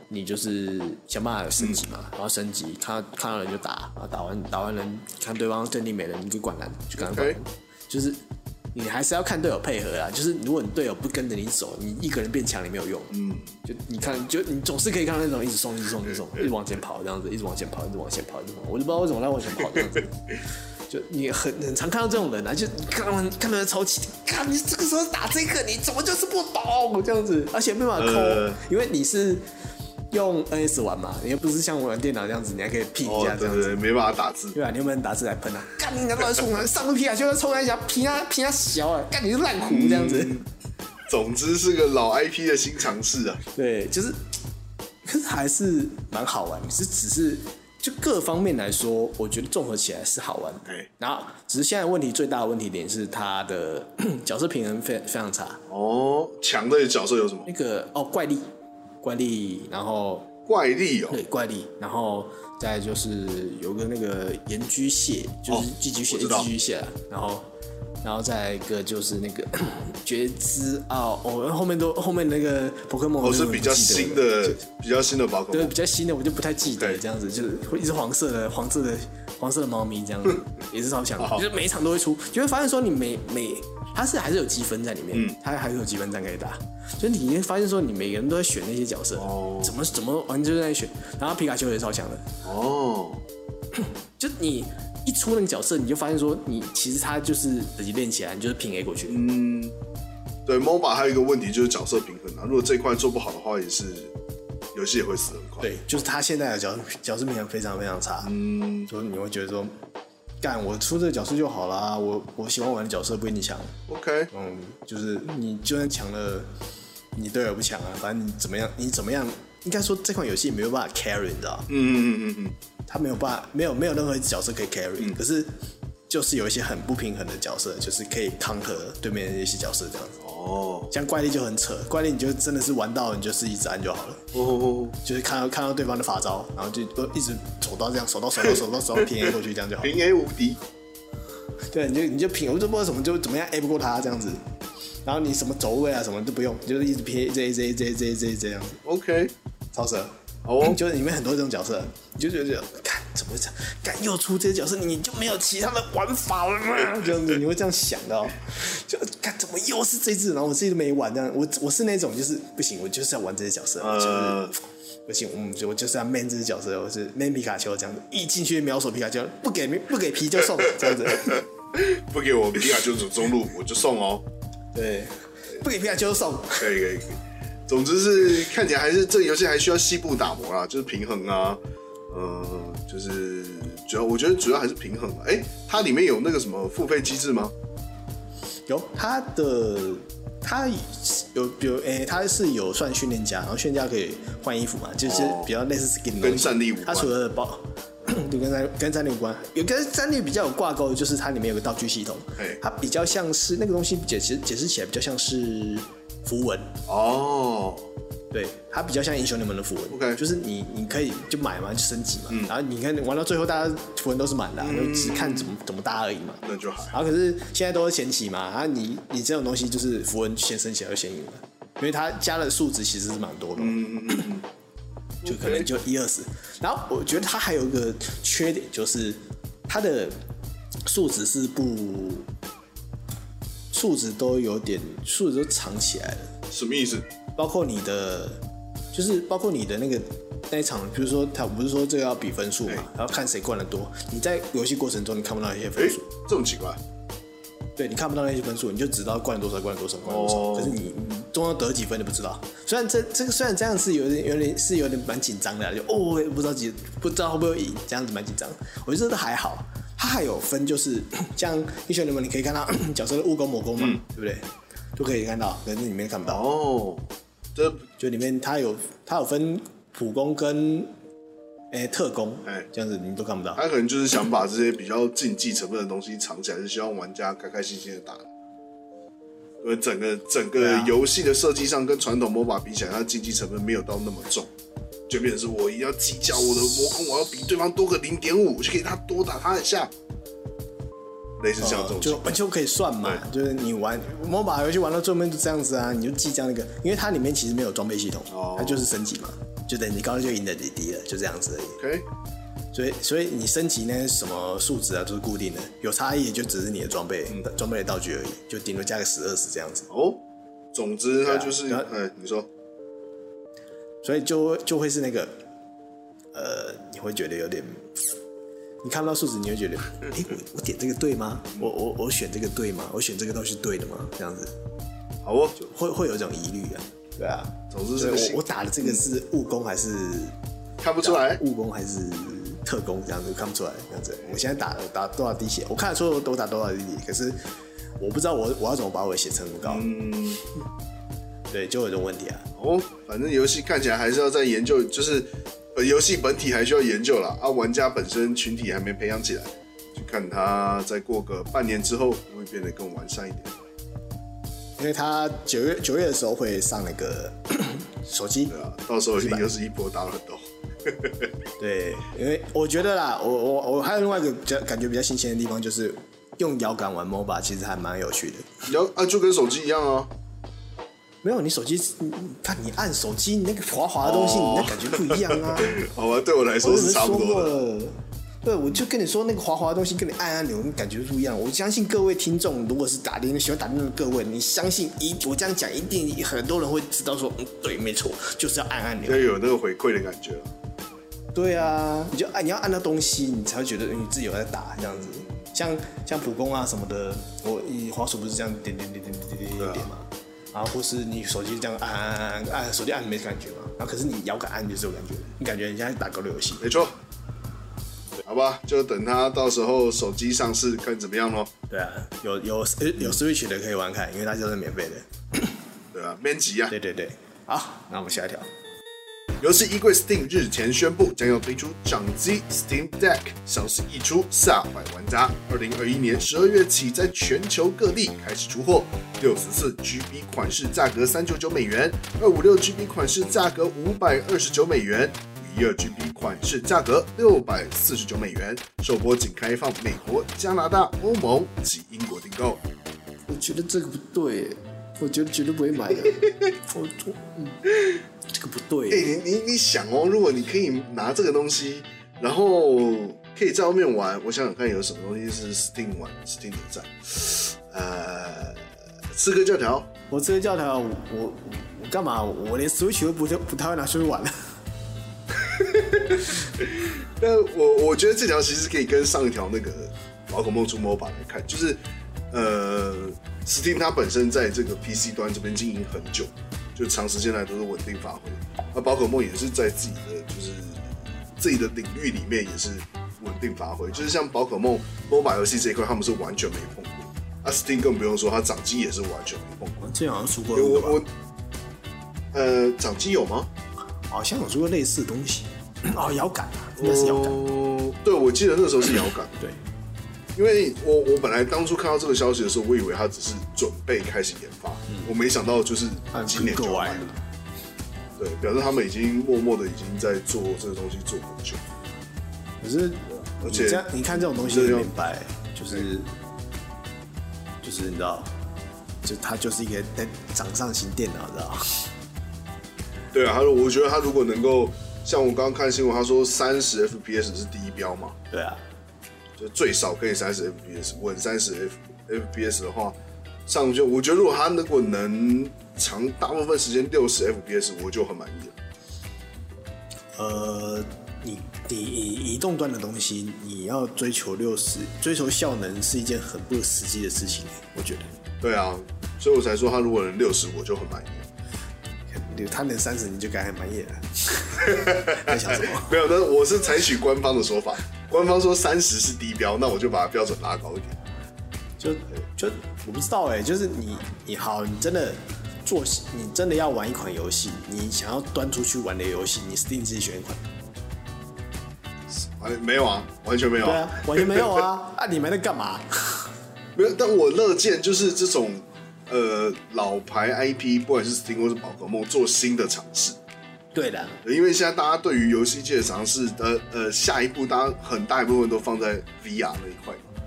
你就是想办法升级嘛，然后升级，看到看到人就打，然后打完打完人，看对方阵地没人，你就管篮，就赶快管篮 OK 就是你还是要看队友配合啦，就是如果你队友不跟着你走，你一个人变强也没有用，嗯，就你看，就你总是可以看到那种一直送，一直送，一 直送，一直往前跑这样子，一直往前跑，一直往前跑，一直往，我就不知道为什么他往前跑这样子。就你很很常看到这种人啊，就你看完看到人超气，看你这个时候打这个，你怎么就是不懂这样子，而且没办法抠、呃因为你是用 NS 玩嘛，你又不是像我玩电脑这样子，你还可以 P 一哦下，这对样对，子。对没办法打字，对啊，你有没有打字来喷啊？干你乱送啊！上个皮卡丘要冲他一下，皮他皮他小啊！干你是烂糊这样子。总之是个老 IP 的新尝试啊，对，就是，可是还是蛮好玩。是只是就各方面来说，我觉得综合起来是好玩的。对然后只是现在问题最大的问题点是它的 角色平衡非非常差。哦，强的角色有什么那？个哦，怪力，怪力，然后怪力哦，对怪力，然后再就是有个那个岩居蟹，就哦是寄居蟹，我知道寄居蟹啊，然后。然后再一个就是那个 觉知奥，哦，后面都后面那个 Pokemon 我我哦是比较新的，比较新的宝可对，梦比较新的我就不太记得，对这样子就是会一只黄色的、黄色的、黄色的猫咪这样子，也是超强的，就是每一场都会出，就会发现说你每每它是还是有积分在里嗯面，它还是有积分战可以打，所以你会发现说你每个人都在选那些角色哦，怎么怎么玩就在选，然后皮卡丘也是超强的，哦，就你一出那个角色，你就发现说你其实它就是自己练起来，你就是平 A 过去，嗯，对，MOBA 还有一个问题就是角色平衡啊，如果这一块做不好的话，也是游戏也会死得很快。，对，就是他现在的角角色平衡非常非常差，嗯所以你会觉得说，干我出这个角色就好啦，我我喜欢玩的角色不一定强。 ，OK，嗯，就是你就算强了，你队友不强啊，反正你怎么样，你怎么样，应该说这款游戏没有办法 carry，你知道吗嗯？嗯嗯嗯它没有办法，没有没有任何一只角色可以 carry，、可是就是有一些很不平衡的角色，就是可以 counter 对面的一些角色这样子嗯，。哦，像怪力就很扯，怪力你就真的是玩到你就是一直按就好了，哦，就是看到看到对方的法招，然后就就一直走到这样，手到手到手到手到平 A 过去这样就 好了。平 A 无敌，对，你就你就平，我就不知道怎么就怎么样 A 不过他这样子，然后你什么走位啊什么都不用，你就是一直 P A J J J J J 这样子， ，OK，超神。 哦就是里面很多这种角色，你就觉得看怎么会这样，干又出这些角色，你就没有其他的玩法了吗？这样子你会这样想的、哦，就看怎么又是这只，然后我自己都没玩这样，我我是那种就是不行，我就是要玩这些角色，就是呃，不行，我们我就是要 man 这只角色，我是 man 皮卡丘这样子，一进去秒手皮卡丘，不给不给皮就 送这样子。不给我皮卡丘走中路，我就送哦，对，不给皮卡丘送。可以可以可以。总之是看起来还是这个游戏还需要细部打磨啦，就是平衡啊，呃，就是主要我觉得主要还是平衡啊。哎、它里面有那个什么付费机制吗？有它的，他有比如诶、他是有算训练家，然后训练家可以换衣服嘛，就是哦比较类似 skin 跟的东西战力无关他除了包。 就跟战跟战力有关，有跟战力比较有挂钩的就是它里面有个道具系统嘿，它比较像是那个东西解释解释起来比较像是符文，哦，对，它比较像英雄联盟的符文 OK 就是你你可以就买嘛，就升级嘛，然后你看玩到最后，大家符文都是满的啊、就只看怎么怎么搭而已嘛。那就还好。然后可是现在都是前期嘛，啊你你这种东西就是符文先升起来就先赢了，因为它加的数值其实是蛮多的， 就可能就一二十。然后我觉得它还有一个缺点就是它的数值是不数值都有点数值都藏起来了。什么意思？包括你的，就是包括你的那个那一场，比如说他不是说这个要比分数哎嘛，然后看谁灌的多。你在游戏过程中你看不到那些哎分数，，这么奇怪，对你看不到那些分数，你就只知道灌了多少，灌了多少，灌了多少。哦可是你你中间得几分你不知道。虽然这这个虽然这样是有点有点是有点蛮紧张的啊、就哦我也不知道几不知道会不会赢，这样子蛮紧张。我觉得这还好。它还有分，就是像英雄联盟，你可以看到 角色的物攻、魔攻嘛，嗯对不对？都可以看到，可是里面看不到。哦，这就里面它有它有分普攻跟诶、特攻，哎这样子你都看不到。他可能就是想把这些比较竞技成分的东西藏起来，是希望玩家开开心心的打。因为整个整对个啊游戏的设计上跟传统 MOBA 比起来，它的竞技成分没有到那么重，就变成是我一定要计较我的魔控，我要比对方多个零点五，就可以他多打他一下，类似像这种呃情就况。就可以算嘛，就是你玩 MOBA 游戏玩到最后面就这样子啊，你就记这样一个，因为它里面其实没有装备系统，哦它就是升级嘛，就等你高就赢了你低了，就这样子而已。 OK，所以所以你升级那些什么数值啊都是固定的，有差异也就只是你的装备、嗯装备的道具而已，就顶多加个十二十这样子。哦，总之它就是，对啊哎，你说所以就就会是那个，呃，你会觉得有点，你看不到数值，你会 觉得，诶，我我点这个对吗？我我我选这个对吗？我选这个东西对的吗？这样子好哦，会会有一种疑虑啊，对啊。总之所这个以新我我打的这个是务工还是看不出来，务工还是特工这样子看不出来，这样子。我现在打打多少滴血，我看得出我打多少滴血，可是我不知道我我要怎么把我的血成功高，嗯。对，就有这种问题啊。哦，反正游戏看起来还是要再研究，就是呃，游戏本体还需要研究啦，啊，玩家本身群体还没培养起来，就看它再过个半年之后会变得更完善一点。因为他九月九月的时候会上那个 手机，对啊，到时候一定又是一波大乱 斗。对，因为我觉得啦，我我我还有另外一个比较感觉比较新鲜的地方，就是用摇杆玩 MOBA 其实还蛮有趣的。你要啊，就跟手机一样啊，没有，你手机，你你看你按手机，你那个滑滑的东西，哦你那感觉不一样 啊。好吧，对我来我说有是差不说多过的。了，对，我就跟你说那个滑滑的东西，跟你按按钮，感觉不一样。我相信各位听众，如果是打电喜欢打电动的各位，你相信一我这样讲，一定很多人会知道说，嗯，对，没错，就是要按按钮要。有那个回馈的感觉啊。对啊，你就按你要按到东西，你才会觉得嗯你自己有在打这样子。像像普攻啊什么的，我你滑鼠不是这样点点点点点点点点嘛，然后或是你手机这样按按按按按，手机按没感觉嘛，然后可是你摇杆按就是有感觉，你感觉你像在打格斗游戏。没错，好吧，就等它到时候手机上市看怎么样咯。对啊，有有有 Switch 的可以玩看，因为它就是免费的。对啊，编辑啊。对对对，好，那我们下一条。游戏衣柜 Steam 日前宣布将要推出掌机 Steam Deck，消息一出，吓坏玩家。二零二一年十二月起，在全球各地开始出货。六十四 GB 款式价格三九九美元，二五六 GB 款式价格五百二十九美元。一二 GB 款式价格六百四十九美元，首播仅开放美国、加拿大、欧盟及英国订购。我觉得这个不对耶，我觉得绝对不会买 的。我我、嗯、这个不对哎、耶。你你你想哦，如果你可以拿这个东西，然后可以在外面玩，我想想看有什么东西是 Steam 玩 Steam 有在，呃，刺客教条我这个教条，我我我干嘛？我连 Switch 都不太不太会拿出去玩了。但我我觉得这条其实可以跟上一条那个《宝可梦出 MOBA》来看，就是呃，Steam 它本身在这个 PC 端这边经营很久，就长时间来都是稳定发挥。那宝可梦也是在自己的就是自己的领域里面也是稳定发挥，就是像宝可梦 MOBA 游戏这一块，他们是完全没碰过。啊，Steam 更不用说，它掌机也是完全没碰过。 我之前好像出过我那个吧，我呃，掌机有吗？好像有出过类似的东 西。哦，摇杆啊，应该是摇杆。哦对，我记得那时候是摇杆，对，因为我我本来当初看到这个消息的时候，我以为它只是准备开始研发，我没想到就是它今年就够要晚卖了了。对，表示他们已经默默的已经在做这个东西做很久。可是而你且这样，你看这种东西，这你就明白，就是就是你知道，就它就是一个在掌上型电脑，知道 吗？对啊，他说我觉得他如果能够像我刚刚看新闻，他说三十 FPS 是第一标嘛，对啊，就最少可以三十 FPS，稳三十 F FPS 的话，上就我觉得如果他如果能长大部分时间六十 FPS，我就很满意了。呃，你你移移动端的东西，你要追求六十，追求效能是一件很不实际的事情，我觉得。对啊，所以我才说他如果能六十，我就很满意了。他能三十，你就该很满意了。 在想什么？没有，但是我是采取官方的说法，官方说三十是低标，那我就把标准拉高一点。就就我不知道哎、就是你你好，你真的做，你真的要玩一款游戏，你想要端出去玩的游戏，你 Steam 自己选一款。哎，没有啊，完全没有、对啊，完全没有 啊！啊，你们在干嘛？没有，但我乐见就是这种呃老牌 IP，不管是 Steam 或是宝可梦，做新的尝试。对的，因为现在大家对于游戏界的尝试，呃呃，下一步大家很大一部分都放在 VR 那一块嘛，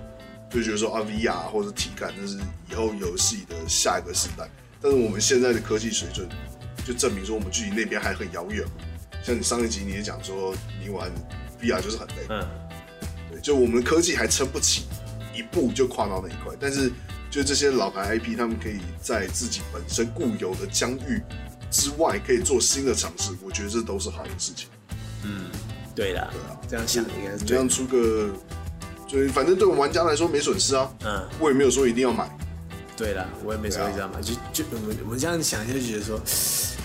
就觉得说啊 VR 或者体感，这是以后游戏的下一个时代。但是我们现在的科技水准，就证明说我们距离那边还很遥远嘛。像你上一集你也讲说，你玩 VR 就是很累，嗯，对，就我们科技还撑不起，一步就跨到那一块。但是就这些老牌 IP，他们可以在自己本身固有的疆域之外，可以做新的尝试，我觉得这都是好的事情。对的啊，这样想应该是这对的样。出个，就是反正对我们玩家来说没损失啊。嗯，我也没有说一定要买。对了，我也没说对啊你知道吗？就就我们我们这样想就觉得说，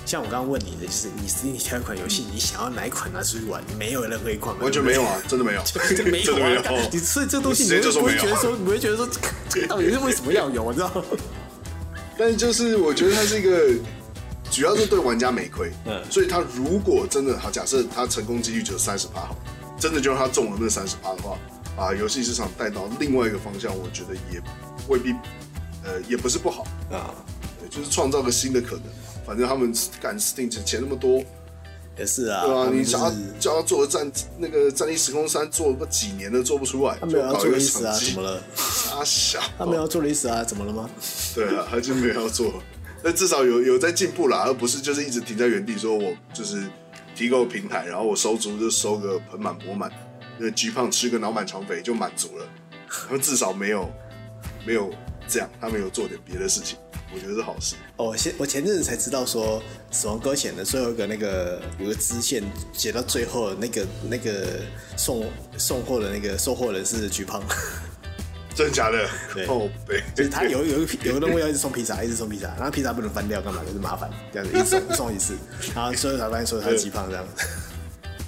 像我刚刚问你的，就是你 Steam 挑一款游戏，你想要哪一款拿出去玩？没有任何一款嘛，完全 对不对没有啊，真的没有，就就没 有真的没 啊！干你有。所以这东西直你接就会说没有不会觉得说，你会觉得说这个这个到底是为什么要有？我知道吗，但就是我觉得它是一个，主要是对玩家没亏。嗯所以他如果真的好，假设他成功几率只有三十趴好了，真的就让他中了那三十趴的话，把游戏市场带到另外一个方向，我觉得也未必，呃，也不是不好。啊，对，就是创造个新的可能嘛。反正他们干 Steam 钱那么多，也是啊，对啊他，们你就想要是叫他做个战那个战地时空三，做个几年都做不出来，他就没有要搞做一个的意思厂啊，机怎么了？傻小，他没有要做的意思啊，怎么了吗？对 啊，他就没有要做，但至少有有在进步啦，而不是就是一直停在原地，说我就是提供平台，然后我收租就收个盆满钵满，那 G 胖吃个脑满肠肥就满足了，他们至少没有没有这样，他们有做点别的事情，我觉得是好事。哦，我前我前阵子才知道说，《死亡搁浅》的最后一个那个有个支线写到最后，那个那个送送货的那个收货人是菊胖，真的假的？对靠背，就是他有有一个有个任务要一直送披萨，一直送披萨，然后披萨不能翻掉干嘛，就是麻烦这样子一直送送一次，然后最后才发现说他是菊胖这样。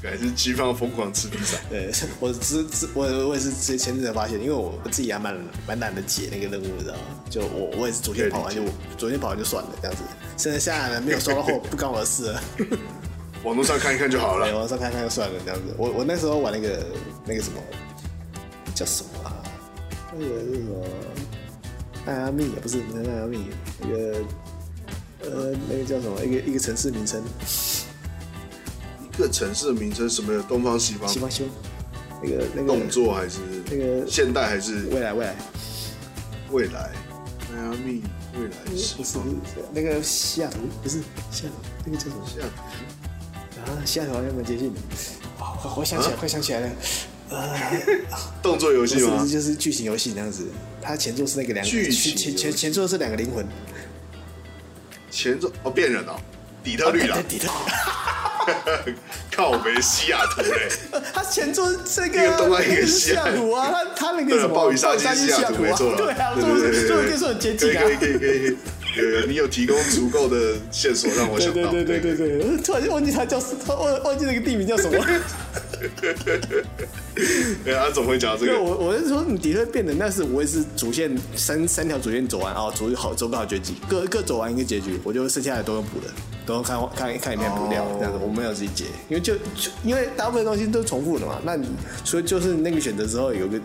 感觉是 G 胖疯狂吃披萨。对， 我只只我我也是之前阵子才发现，因为我自己还蛮蛮懒得解那个任务，你知道吗？就我我也是昨天跑完就对理昨天跑完就算了这样子，现在下来了没有收 到货不关我的事了。网络上看一看就好对，了。网上看看就算了，这样子。我我那时候玩那个那个什么叫什么啊？那个那个迈阿密啊不是不是迈阿密，那个呃那个叫什么？一个一个城市名称，一个城市的名称什么的，东方、西方西，方西方，那个那个哦动作还是那个现代还是未来未来未来？迈阿密未来西不是方不是那个西雅图不是西雅图那个叫什么？这样啊，西雅图好像蛮接近的。哦，快快想起来，快想起来了。动作游不戏是不吗是？就是剧情游戏那样子？它前作是那个两个剧情前前游前戏前作是两个灵魂，前奏哦，变人哦，底特律啦，底特靠北西雅图欸 嘞，他前作是那一个个东岸一个那是西西岸雅图啊，他他那个对什了，么暴雨杀暴机雨西西雅图没错了，啊，对啊，对所以我对对所以我对跟你说很接可以近啊可，以可以可以，有有，你有提供足够的线索让我对想对到。对对对对，我突然就忘记他叫，他忘忘记那个地名叫什么。对，阿总会讲到这对，个。我我是说，你的确变得，但是我也是主线三三条主线走完哦，走好走不好结局，各各走完一个结局，我就剩下的都用补的，都用看看看影片补掉、哦这样子，我没有自己解，因为就就因为大部分东西都重复的嘛，那你所以就是那个选择之后有个。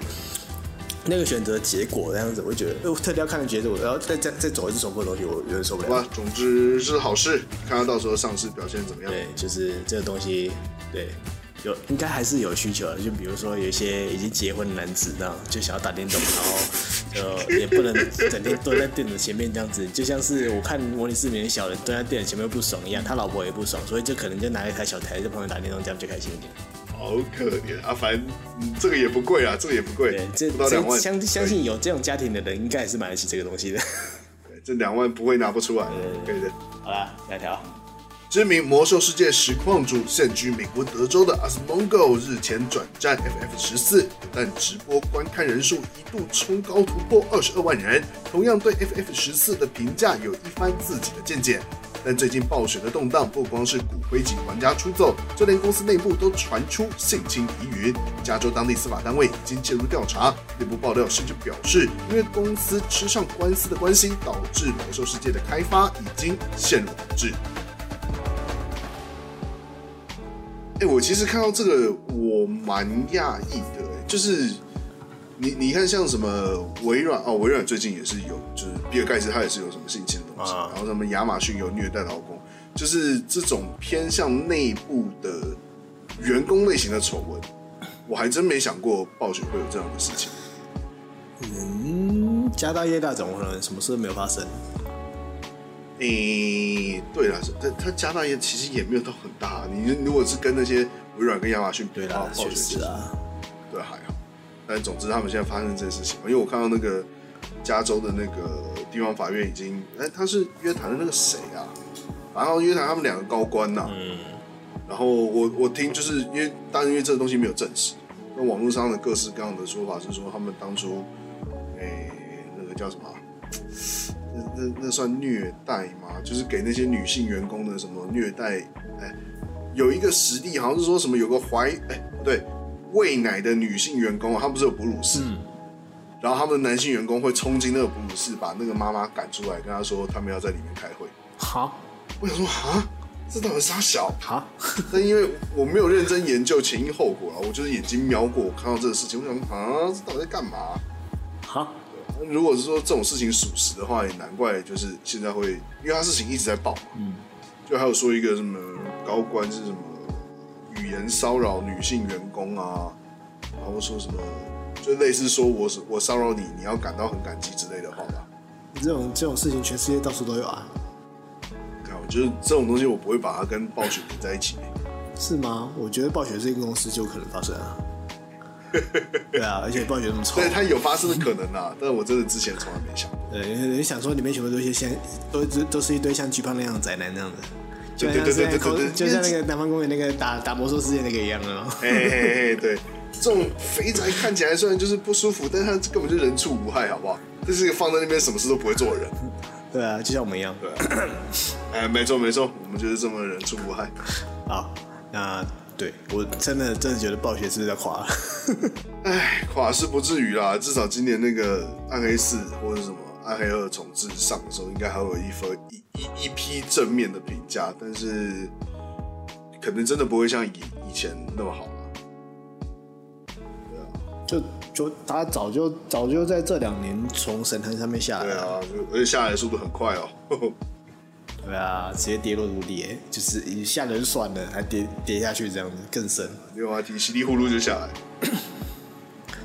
那个选择结果这样子，我就觉得，呃，特地要看的结果，然后再再再走一次重复的东西，我有点受不了。好吧，总之是好事，看他到时候上市表现怎么样。对，就是这个东西，对，有应该还是有需求的。就比如说有一些已经结婚的男子，这样就想要打电动，然后就也不能整天蹲在电脑前面这样子，就像是我看模拟市民的小人蹲在电脑前面不爽一样，他老婆也不爽，所以就可能就拿一台小台在旁边打电动，这样就开心一点。好可怜啊，反正、嗯这个也不贵啊，这个也不贵对，，这不到两这万，相相信有这种家庭的人，应该也是买得起这个东西的。对这两万不会拿不出来，可以的。好啦，下一条。知名魔兽世界实况主、现居美国德州的 Asmongo 日前转战 FF 十四，但直播观看人数一度冲高突破二十二万人，同样对 FF 十四的评价有一番自己的见解。但最近暴雪的动荡，不光是骨灰级玩家出走，就连公司内部都传出性侵疑云。加州当地司法单位已经介入调查，内部爆料甚至表示，因为公司吃上官司的关系，导致魔兽世界的开发已经陷入停滞。哎、我其实看到这个，我蛮讶异的、欸就是你你看像什么微软哦，微软最近也是有，就是比尔盖茨他也是有什么性侵的东西，啊然后什么亚马逊有虐待劳工，就是这种偏向内部的员工类型的丑闻，我还真没想过暴雪会有这样的事情。嗯，家大业大，怎么可能什么事都没有发生？诶、欸对了，他他加大也其实也没有到很大，啊你如果是跟那些微软跟亚马逊比对的啦话，，暴确雪实啊。对，还好。但总之，他们现在发生这件事情，因为我看到那个加州的那个地方法院已经，哎、他是约谈的那个谁啊？然后约谈他们两个高官呐、嗯，然后我我听就是因为，当然因为这个东西没有证实，那网络上的各式各样的说法是说他们当初，哎、那个叫什么啊？那那那算虐待吗？就是给那些女性员工的什么虐待？哎、有一个实例好像是说什么有个怀哎、不对，喂奶的女性员工，她不是有哺乳室，嗯然后他们的男性员工会冲进那个哺乳室，把那个妈妈赶出来，跟她说他们要在里面开会。好，我想说啊，这到底啥小？好，但因为我没有认真研究前因后果啊了，我就是眼睛瞄过，我看到这个事情，我想说啊，这到底在干嘛？好。如果是说这种事情属实的话，也难怪就是现在会，因为他事情一直在爆嘛，嗯，就还有说一个什么高官是什么语言骚扰女性员工啊，然后说什么就类似说我是我骚扰你，你要感到很感激之类的话吧。这种这种事情全世界到处都有啊，看，我啊就是这种东西，我不会把它跟暴雪连在一起。是吗？我觉得暴雪这个公司就可能发生 啊。对啊，而且暴雪那么臭对，，它有发生的可能啊，但我真的之前从来没 想过。对，你想说里面全部都是一些像，都都都是一堆像巨胖那样的宅男那样的，就像对是对那对对对个对就像那个南方公园那个打打魔兽世界那个一样啊的。嘿嘿嘿，嘿，对，这种肥宅看起来虽然就是不舒服，但是他根本就人畜无害，好不好？这是一个放在那边什么事都不会做的人。 对啊，就像我们一样。对、啊，哎，没错没错，我们就是这么人畜无害。啊，那对我真的真的觉得暴雪是不是在垮了？ 哎，垮是不至于啦，至少今年那个暗黑四或者什么暗黑二重置上的时候，应该还会有一份一一一批正面的评价，但是可能真的不会像以以前那么好了。就就他早就早就在这两年从神坛上面下来对了。啊，就而且下来的速度很快哦。 对啊，直接跌落谷底欸，就是一下人算了，还跌跌下去这样子更深。六 R T 稀里呼噜就下来，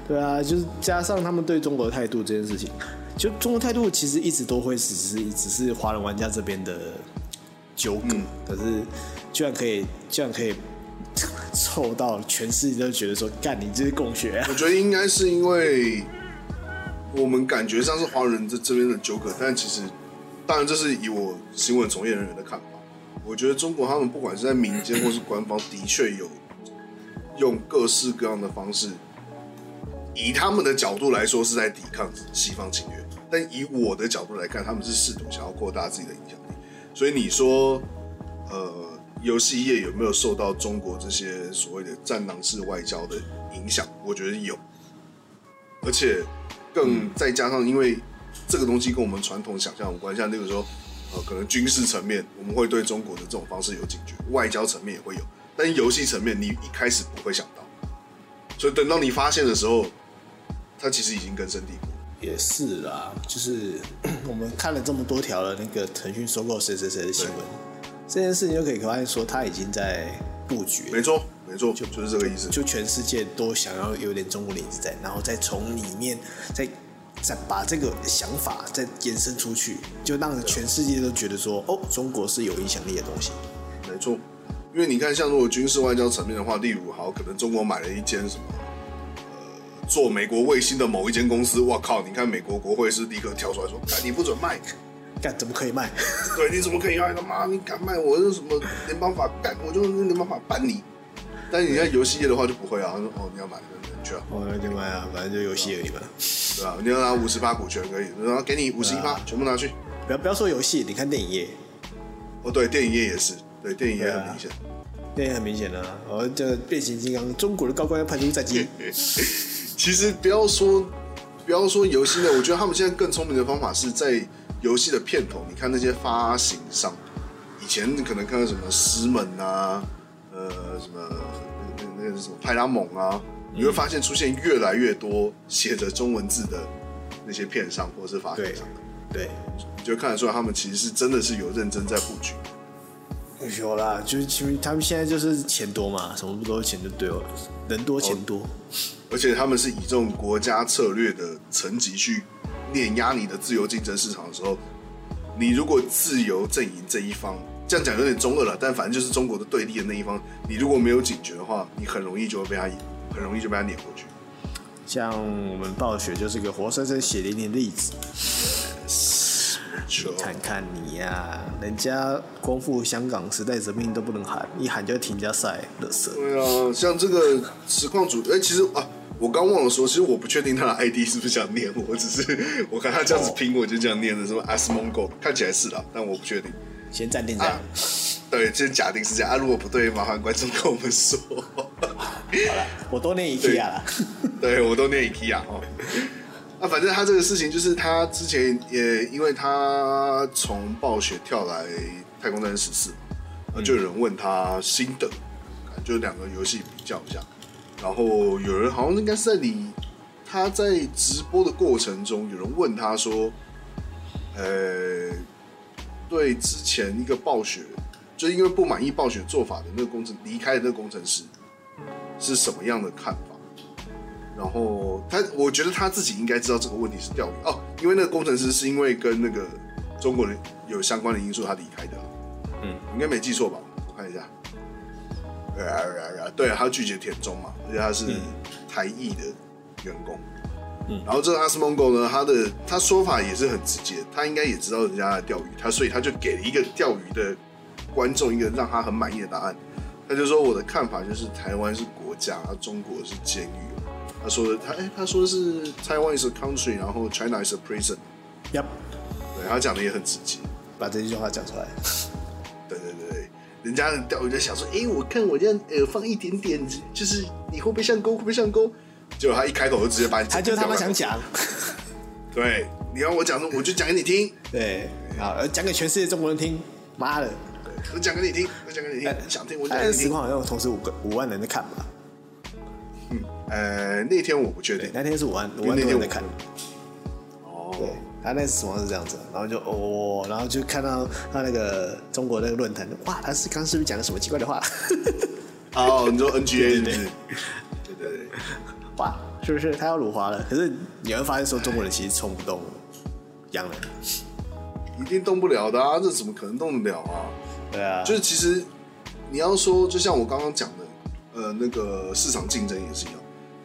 对啊，就是加上他们对中国的态度这件事情，就中国态度其实一直都会只是只是华人玩家这边的纠葛，可是居然可以居然可以 凑到全世界都觉得说，干你这是共学啊！我觉得应该是因为我们感觉上是华人这这边的纠葛，但其实，当然这是以我新闻从业人员的看法，我觉得中国他们不管是在民间或是官方，的确有用各式各样的方式，以他们的角度来说是在抵抗西方侵略，但以我的角度来看，他们是试图想要扩大自己的影响力。所以你说，呃，游戏业有没有受到中国这些所谓的战狼式外交的影响？我觉得有，而且更再加上，因为这个东西跟我们传统想象无关，像那个时候，呃，可能军事层面我们会对中国的这种方式有警觉，外交层面也会有，但游戏层面你一开始不会想到，所以等到你发现的时候，它其实已经根深蒂固。也是啦，就是 我们看了这么多条的那个腾讯收购谁谁谁的新闻，这件事情就可以发现说他已经在布局了没，错，没错，就是这个意思。就全世界都想要有点中国的影子在，然后再从里面再再把这个想法再延伸出去，就让全世界都觉得说哦，中国是有影响力的东西。没错，因为你看，像如果军事外交层面的话，例如好，可能中国买了一间什么，呃，做美国卫星的某一间公司，哇靠！你看美国国会是立刻跳出来说，哎，你不准卖，干怎么可以卖？对，你怎么可以卖？他妈，你敢卖我是什么联邦法干，我就用联邦法办你。但你看游戏业的话就不会啊，他说哦，你要买，你去啊，我那就卖啊，反正就游戏而已嘛。对吧、你要拿五十八股权可以，然后给你五十一对趴啊，全部拿去。不要不要说游戏，你看电影业，哦，对，电影业也是，对，电影业啊很明显。电影很明显啊，然后这变形金刚，中国的高官要派出战机，其实不要说不要说游戏呢，我觉得他们现在更聪明的方法是在游戏的片头，你看那些发行商，以前你可能看到什么狮门啊，呃，什么那那那个是什么派拉蒙啊，你会发现出现越来越多写着中文字的那些片商或者是发行对商， 对，你就看得出来他们其实是真的是有认真在布局。有啦，就是其实他们现在就是钱多嘛，什么不多钱就对了，人多钱多，而且他们是以这种国家策略的层级去碾压你的自由竞争市场的时候，你如果自由阵营这一方，这样讲有点中二了，但反正就是中国的对立的那一方，你如果没有警觉的话，你很容易就会被他很容易就被他碾过去。像我们暴雪就是个活生生血淋淋的例子。就看看你呀、人家光复香港时代革命都不能喊，一喊就停加赛，乐色。对啊，像这个实况组，哎、其实啊，我刚忘了说，其实我不确定他的 ID 是不是这样念，我只是我看他这样子拼，我就这样念的，什么 Asmongo，看起来是啦，但我不确定。先暂定这样。啊对，这假定是这样啊。如果不对，麻烦观众跟我们说。我多念一 k 啊啦， 对我都念 IKEA 哦。啊，反正他这个事情就是他之前也因为他从暴雪跳来太空战士十四，啊，就有人问他心得，就两个游戏比较一下，然后有人好像应该是在你他在直播的过程中，有人问他说，呃，对之前一个暴雪，就因为不满意暴雪做法的那个工程离开的那个工程师是什么样的看法？然后他，我觉得他自己应该知道这个问题是钓鱼哦，因为那个工程师是因为跟那个中国人有相关的因素，他离开的。嗯，应该没记错吧？我看一下。呃呃呃对，他拒绝田中嘛，而且他是台裔的员工。嗯然后这个阿斯蒙狗呢，他的他说法也是很直接，他应该也知道人家在钓鱼，他所以他就给了一个钓鱼的观众一个让他很满意的答案。他就说我的看法就是台湾是国家，中国是监狱。他说的他哎、他说是 Taiwan is a country，然后 China is a prison。 要对他讲的也很直接。把这句话讲出来。对对对对，人家的钓鱼就想说，哎、我看我这样呃放一点点，就是你会不会上钩，会不会上钩？结果他一开口就直接把你，他就他妈想，讲，对，你要我讲什么，我就讲给你听，对，好，呃讲给全世界中国人听。妈的，对我讲给你听，我讲给你哎听，你想听我讲但给是你实听。呃况好像有同时五个五万人在看吧？呃，那天我不确对定，那天是五万五因为万那多天人我在看。对哦，，他那实况是这样子，然后就哦，然后就看到他那个中国那个论坛，哇，他是刚是不是讲了什么奇怪的话？哦，你说 NGA 是不 对是对？对对对，哇，是不是他要辱华了？可是你会发现说中国人其实冲不动洋人，一定动不了的啊，这怎么可能动得了啊？对啊，就是其实你要说，就像我刚刚讲的，呃，那个市场竞争也是一样。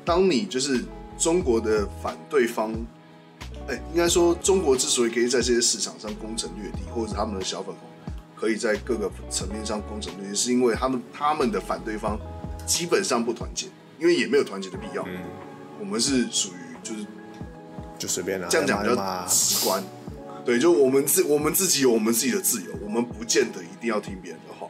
当你就是中国的反对方，哎、应该说中国之所以可以在这些市场上攻城略地，或者他们的小粉红可以在各个层面上攻城略地，是因为他们他们的反对方基本上不团结，因为也没有团结的必要。我们是属于就是就啊随便拿，这样讲比要嘛较直观。对，就我们自我们自己有我们自己的自由，我们不见得一定要听别人的话。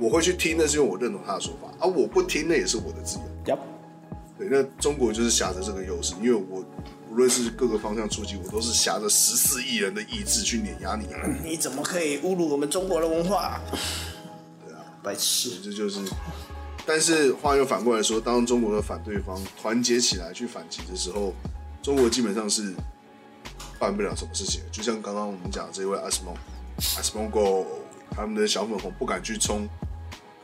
我会去听，那是因为我认同他的说法啊，我不听那也是我的自由。要嘛 Yup，对，那中国就是挟着这个优势，因为我无论是各个方向出击，我都是挟着十四亿人的意志去碾压你。啊你怎么可以侮辱我们中国的文化？对啊，白痴！这就是。但是话又反过来说，当中国的反对方团结起来去反击的时候，中国基本上是办不了什么事情的。就像刚刚我们讲的这位阿斯蒙，阿斯蒙狗，他们的小粉红不敢去冲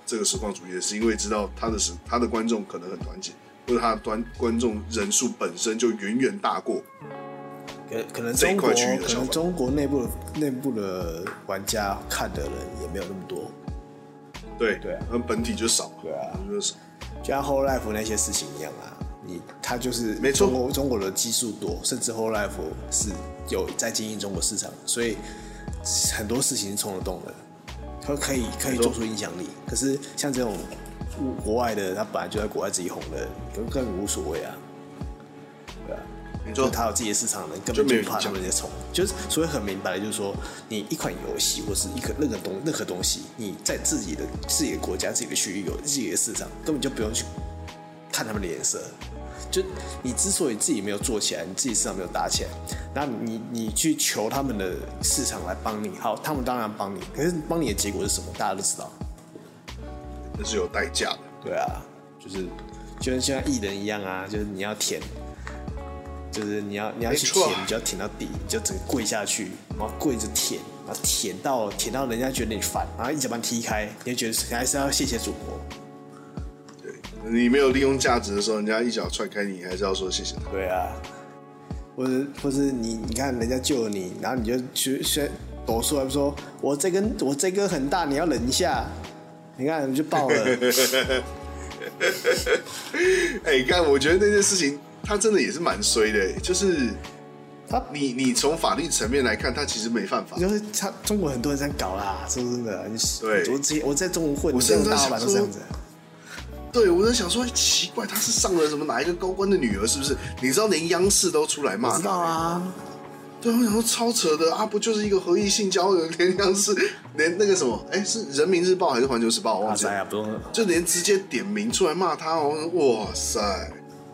这个实况主义，也是因为知道他的实他的观众可能很团结，或者他的观观众人数本身就远远大过可可能这一中国块区域的可想能法中国内部内部的玩家看的人也没有那么多，对对啊那本体就少嘛，对啊本体就少。就像 Whole Life 那些事情一样啊。你他就是没错中国中国的基数多，甚至 Whole Life 是有在经营中国市场，所以很多事情是冲得动的，他可以可以错做出影响力。可是像这种国外的，他本来就在国外自己红的，根本无所谓啊。对啊，没就错，他有自己的市场的人根就本没就有不怕影他响们在冲，就是所以很明白的就是说，你一款游戏或是一个任何东任何东西，你在自己的自己的国家、自己的区域有自己的市场，根本就不用去看他们的脸色。就你之所以自己没有做起来，你自己市场没有打起来，那你你去求他们的市场来帮你，好，他们当然帮你，可是帮你的结果是什么？大家都知道。那是有代价的。对啊，就是就跟像艺人一样啊，就是你要舔，就是你要你要没去错舔，你就要舔到底，你就整个跪下去，然后跪着舔，然后舔到舔到人家觉得你烦，然后一脚把你踢开，你就觉得还是要谢谢祖国。对，你没有利用价值的时候，人家一脚踹开你，你还是要说谢谢他。对啊，或者或是你你看人家救了你，然后你就去去抖出来说，我这根我这根很大，你要忍一下。你看，你就爆了，哎、干，我觉得那件事情他真的也是蛮衰的、就是他你你从法律层面来看，他其实没犯法。就是他中国很多人这样搞啦，说真的，你对我之前我在中国混，我甚至大老板想都这样子说，对我在想说，奇怪，他是上了什么哪一个高官的女儿是不是？你知道连央视都出来骂我他、知道啊，对，我想说超扯的啊，不就是一个合意性交友，连央视连那个什么，哎、是人民日报还是环球时报，我忘记了，啊，不用，就连直接点名出来骂他哦，哇塞，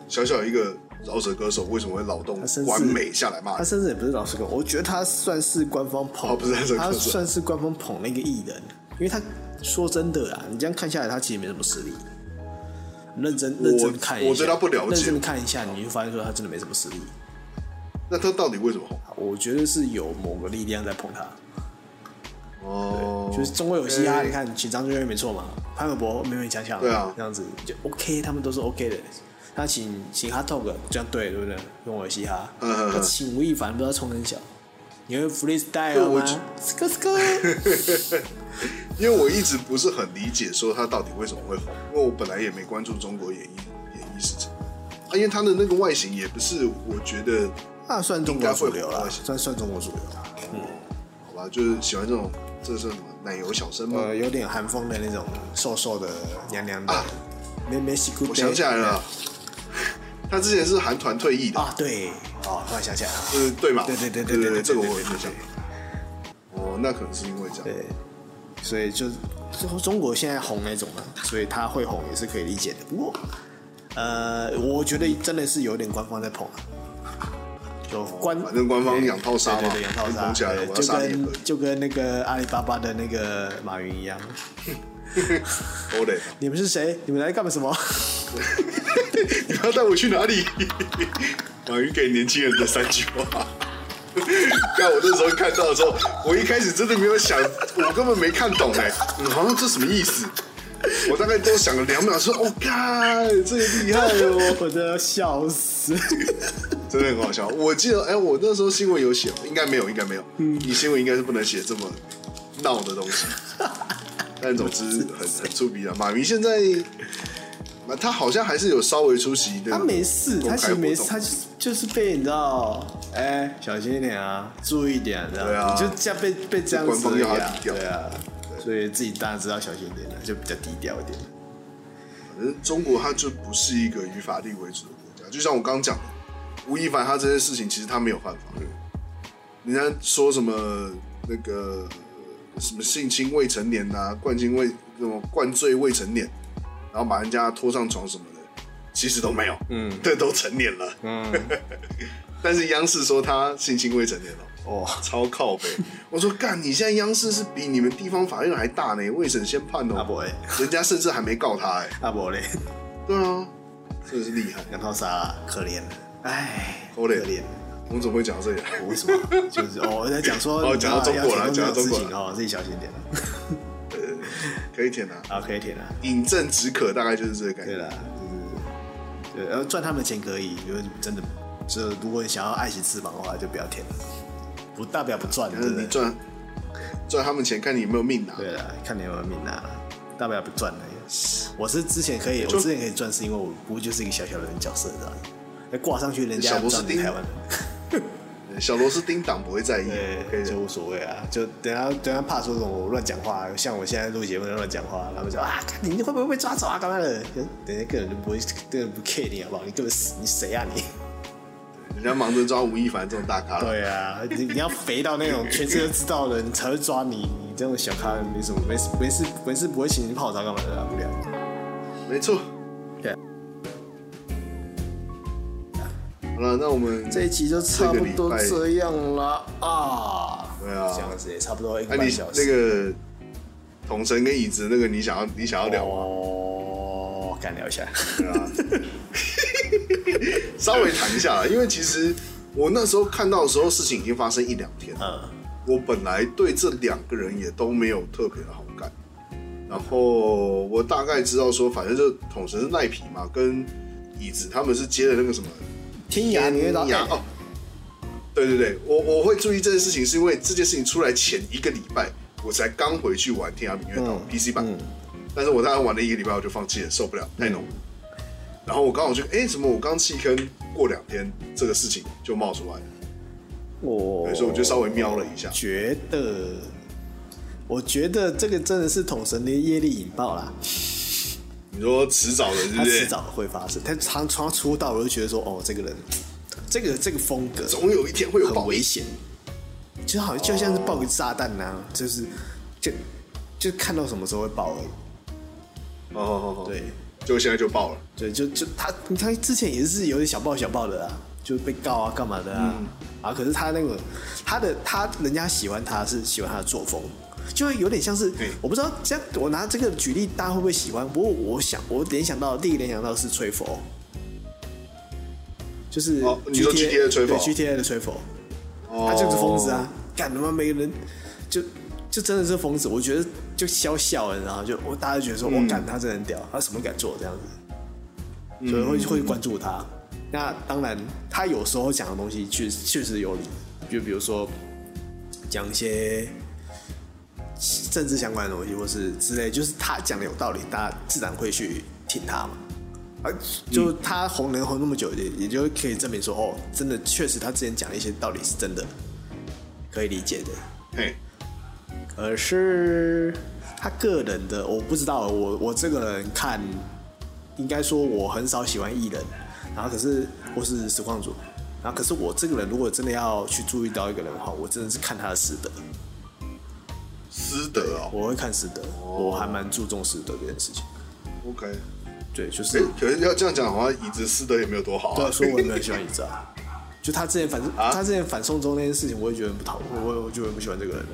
小小一个饶舌歌手为什么会脑洞他甚至完美下来骂他人？甚至也不是老师跟我，我觉得他算是官方捧，哦不是他是他歌手算是官方捧那个艺人，因为他说真的啊，你这样看下来，他其实没什么实力。认真我认真看一下，我对他不了解认真看一下，你就发现说他真的没什么实力。那他到底为什么红？我觉得是有某个力量在捧他，哦，就是中国有嘻哈，哎你看请张震岳没错嘛，潘玮柏勉勉强强，对啊这样子就 OK，他们都是 OK 的。他请请他 talk 这样对对不对？跟我有嘻哈，嗯嗯嗯他请吴亦凡不知道冲很小，你会 freestyle 对我吗？斯科斯 科，因为我一直不是很理解说他到底为什么会红，因为我本来也没关注中国演艺演艺市场，啊，因为他的那个外形也不是我觉得，那算中国主流应该啦，会嗯算算中国主流啦，好吧，就是喜欢这种这是什么奶油小生吗？呃，有点韩风的那种瘦瘦的娘娘的啊，没没西裤，我想起来了，啊他之前是韩团退役的，啊，对，哦，突然想起来了，嗯，对嘛？对对对对对对对这个我有对对印象。哦，那可能是因为这样。对，所以就中中国现在红那种嘛，所以他会红也是可以理解的。不过，呃，我觉得真的是有点官方在捧啊，就官反正官方养套杀嘛对对对养套杀，捧起来了对我要就杀你也跟可以就跟那个阿里巴巴的那个马云一样，欧雷，你们是谁？你们来干什 么？你要带我去哪里？ 马云给年轻人的三句话。 看我那时候看到的时候，我一开始真的没有想，我根本没看懂哎、嗯好像这什么意思？我大概多想了两秒，说：“哦，干，这个厉害哦！” 我真的要笑死！真的很好笑。我记得，哎、我那时候新闻有写，应该没有，应该没有。你新闻应该是不能写这么闹的东西。但总之很很出名啊。马云现在，啊他好像还是有稍微出席那个他没事，公他开其实没事，活动他就是就是被你知道，哎、小心一点啊，注意一点，这样，对啊你就这样被被这样子而官已方要啊他低，调对啊，所以自己当然知道小心一点了，啊就比较低调一点。反正中国它就不是一个以法律为主的国家，就像我刚刚讲的，吴亦凡他这些事情，其实他没有犯法。人家说什么那个什么性侵未成年呐、啊，灌侵未什么灌醉未成年，然后把人家拖上床什么的，其实都没有，嗯，这都成年了。嗯，但是央视说他性侵未成年了，哦，超靠北。我说干，你现在央视是比你们地方法院还大呢，未审先判阿哦，伯嘞，人家甚至还没告他哎。阿伯嘞， 对啊，真的是厉害。杨涛杀了，啊可怜了，哎，可怜怜了。我们怎么会讲到这 里来？啊我为什么？就是哦，我在讲说，哦你知道讲到中国了要填充这讲到种中国事情哦，自己小心点了。可以舔啊，好，可以舔了。饮鸩止渴，大概就是这个概对啊念。啦，就是对，然后赚他们的钱可以，因为真的，就如果你想要爱惜翅膀的话，就不要舔了，不代表不赚，但对是不你对？赚赚他们钱，看你有没有命拿。对啦，看你有没有命啊，大不了不赚了。我是之前可以，我就之前可以赚，是因为我不过就是一个小小的人角色，这样。那挂上去，人家小螺丝赚钉台湾人，小螺丝钉党不会在意，OK 对，的就。无所谓啊。就等下等下怕说什么我乱讲话，像我现在录节目乱讲话，他们说啊，看你会不会被抓走啊？干嘛的？等下个人就不会，根本不 care 你好不好？你根本是你谁啊你？人家忙着抓吴亦凡这种大咖，对啊，你你要肥到那种全世界都知道的，你才会抓你。你这种小咖没什么，没事没事没事不会请你泡茶干嘛的、啊？无聊。没错。对好了，那我们这一期就差不多这个这样了啊。对啊这样子也差不多一那、个你半小时。那个桶神跟椅子那个，你想要你想要聊啊吗？哦，干聊 一下。对啊，稍微谈一下啦，因为其实我那时候看到的时候，事情已经发生一两天了。嗯，我本来对这两个人也都没有特别的好感，然后我大概知道说，反正就统神是赖皮嘛，跟椅子他们是接了那个什么天涯你会到牙哦，对对对，我我会注意这件事情，是因为这件事情出来前一个礼拜，我才刚回去玩《天涯明月刀嗯》 PC 版，嗯但是我大概玩了一个礼拜，我就放弃了，受不了，太浓了。然后我刚好就哎，怎么我刚弃坑过两天，这个事情就冒出来了，我对所以我就稍微瞄了一下觉得，我觉得这个真的是统神的业力引爆啦。你说迟早的，对他不迟对？早会发生。他常常出道，我就觉得说，哦，这个人，这个这个风格总有一天会有很报危应。险，就好像就像是爆个炸弹呐、啊，就是就就看到什么时候会爆而已。哦哦哦，对，就现在就爆了。对，就就他他之前也是有点小爆小爆的啊，就被告啊干嘛的啊、嗯啊，可是他那个他的他人家喜欢他是喜欢他的作风。就会有点像是对，我不知道这样，我拿这个举例，大家会不会喜欢？不过我想，我联想到第一个联想到的是吹佛，就是哦你说 GTA 的吹佛对 GTA 的吹佛，哦他就是疯子啊！干他妈每个人就就真的是疯子，我觉得就笑笑了，然后就我大家就觉得说，我干他真的很屌，他什么敢做这样子，所以会会关注他。那当然，他有时候讲的东西确确实有理，就比如说讲一些政治相关的东西，或是之类，就是他讲的有道理，大家自然会去听他嘛。而就他红人红那么久，也也就可以证明说，哦，真的确实他之前讲的一些道理是真的，可以理解的。嘿，而是他个人的，我不知道，我我这个人看，应该说我很少喜欢艺人，然后可是我是实况主，然后可是我这个人如果真的要去注意到一个人的话，我真的是看他的师德，师德哦我会看师德，我还蛮注重师德这件事情。 ，OK。对，就是哎，可是要这样讲的话，椅子师德也没有多好对啊，啊。所以我也没 有喜欢椅子啊。就他之前反、啊他之前反送中那件事情，我也觉得很不讨，我我我觉得不喜欢这个人了。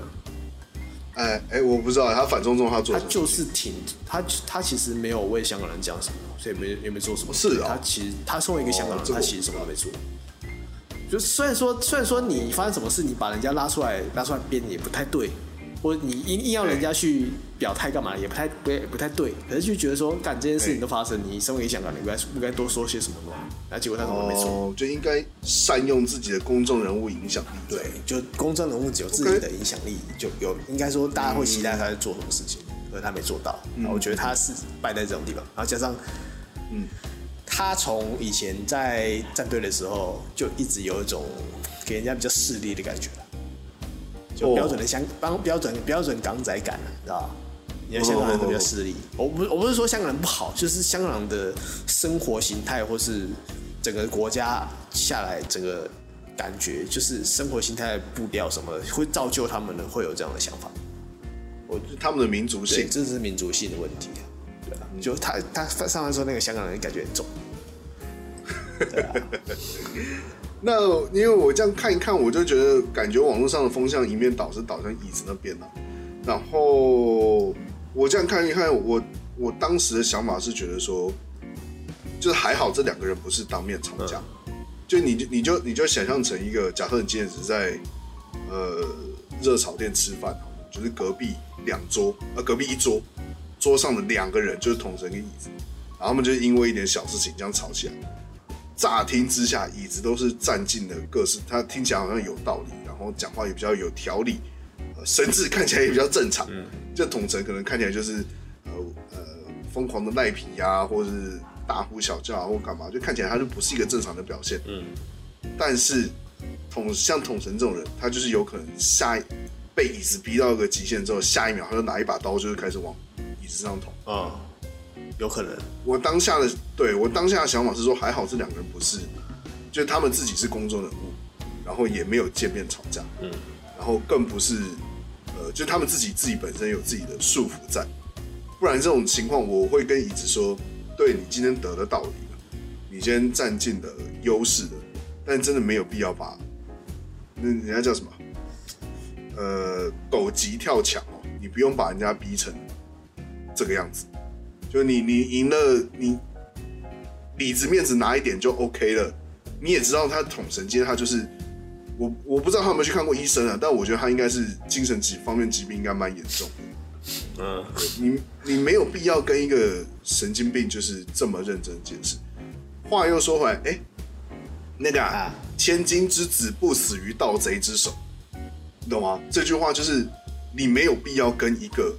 哎哎，我不知道他反中中他做他什么。就是挺他他其实没有为香港人讲什么，所以没也没做什么。是哦他其实他身为一个香港人，哦这他我其实什么都没做。就虽然说虽然说你发生什么事，你把人家拉出来拉出来编也不太对，或者你硬硬要人家去表态干嘛也不太不不太对，可是就觉得说干这件事情都发生，你身为一个香港人，应该不该多说些什么吗？然后结果他什么都没做。哦，就应该善用自己的公众人物影响力。对，就公众人物只有自己的影响力就有应该说大家会期嗯待他在做什么事情，可是他没做到。然后我觉得他是败在这种地方，然后加上，嗯，他从以前在战队的时候就一直有一种给人家比较势利的感觉了，就哦标准的香帮标准标准港仔感了，你知道吧？因为香港人都比较势利，我不我不是说香港人不好，就是香港的生活形态或是整个国家下来，整个感觉就是生活形态的步调什么的，会造就他们的会有这样的想法。我他们的民族对，性，这是民族性的问题啊。对啊，就他他上来说那个香港人感觉很重，那因为我这样看一看，我就觉得感觉网络上的风向一面倒是倒向椅子那边了、啊然后我这样看一看，我我当时的想法是觉得说，就是还好这两个人不是当面吵架，就你就你就你就想象成一个，假设你今天只是在呃热炒店吃饭，就是隔壁两桌，呃隔壁一桌，桌上的两个人就是同神跟椅子，然后他们就是因为一点小事情这样吵起来。乍听之下，椅子都是占尽了各式，他听起来好像有道理，然后讲话也比较有条理，呃神智看起来也比较正常。这统神可能看起来就是呃呃疯狂的赖皮啊，或是大呼小叫啊，或干嘛，就看起来他就不是一个正常的表现。嗯，但是统像统神这种人，他就是有可能下一被椅子逼到一个极限之后，下一秒他就拿一把刀，就是开始往椅子上捅。嗯，有可能，我当下的对我当下的想法是说，还好这两个人不是，就是他们自己是公众人物，然后也没有见面吵架，嗯，然后更不是，呃，就他们自己自己本身有自己的束缚在，不然这种情况我会跟椅子说，对你今天得的道理了，你今天占尽了优势的，但真的没有必要把，那人家叫什么，呃，狗急跳墙哦，你不用把人家逼成这个样子。就你你赢了，你里子面子拿一点就 OK 了。你也知道他统神街，他就是我我不知道他有没有去看过医生啊，但我觉得他应该是精神疾方面疾病应该蛮严重的。嗯，你你没有必要跟一个神经病就是这么认真解释。话又说回来，哎、那个啊啊，千金之子不死于盗贼之手，你懂吗？这句话就是你没有必要跟一个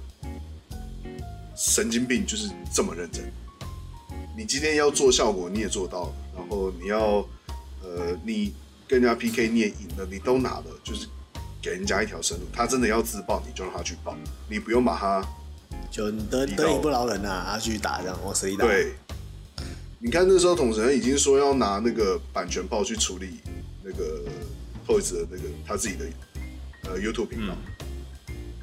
神经病就是这么认真。你今天要做效果，你也做到了，然后你要呃，你跟人家 PK 你也赢了，你都拿了，就是给人家一条生路。他真的要自爆，你就让他去爆，你不用把他就得你得理懂不饶人啊，他继续打这样往死里打，，对，你看那时候统神已经说要拿那个版权报去处理那个 Toys 的那个他自己的呃 YouTube 频道，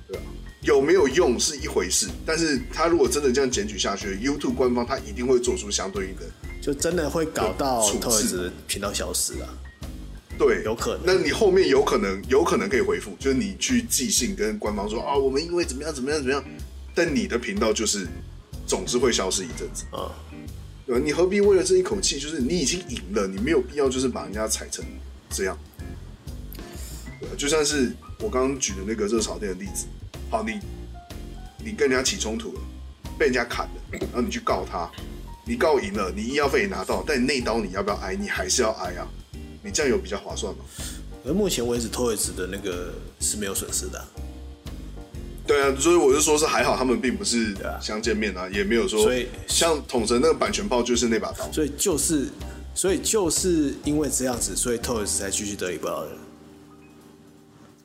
对啊，有没有用是一回事，但是他如果真的这样检举下去，YouTube 官方他一定会做出相对应的就真的会搞到处置特子频道消失啊，对，有可能那你后面有可能有可能可以回复，就是你去寄信跟官方说啊，我们因为怎么样怎么样怎么样，但你的频道就是总是会消失一阵子。嗯，对吧？你何必为了这一口气，就是你已经赢了，你没有必要就是把人家踩成这样。对吧就像是我刚刚举的那个热炒店的例子，好，你你跟人家起冲突了，被人家砍了，然后你去告他，你告赢了，你医药费也拿到，但你那一刀你要不要挨？你还是要挨啊！你这样有比较划算吗？而目前为止托尔子的那个是没有损失的啊、对啊，所以我就说是还好他们并不是啊相见面啊，也没有说，所以像统神那个版权炮就是那把刀，所以就是，所以就是因为这样子，所以 Toys 才继续得理不饶人。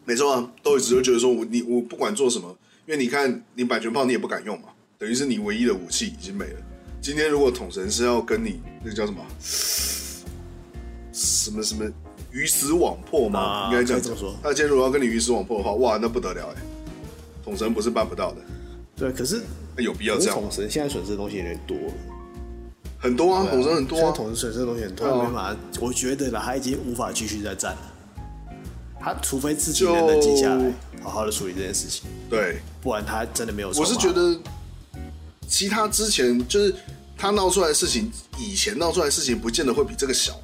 没错啊，都一直都觉得说我你我不管做什么，因为你看你版权炮你也不敢用嘛，等于是你唯一的武器已经没了。今天如果统神是要跟你那个叫什么什么什么鱼死网破吗？啊应该这样可以讲这么说他今天如果要跟你鱼死网破的话，哇，那不得了哎、统神不是办不到的，对，可是那有必要可这是样吗统？神现在损失的东西有点多了，很多啊，统神很多现在啊，统神损失的东西很多，对啊他没办法，我觉得啦，他已经无法继续再战了。他除非自己能冷静下来，好好的处理这件事情，对。不然他真的没有筹我码。是觉得，其他之前就是他闹出来的事情，以前闹出来的事情不见得会比这个小。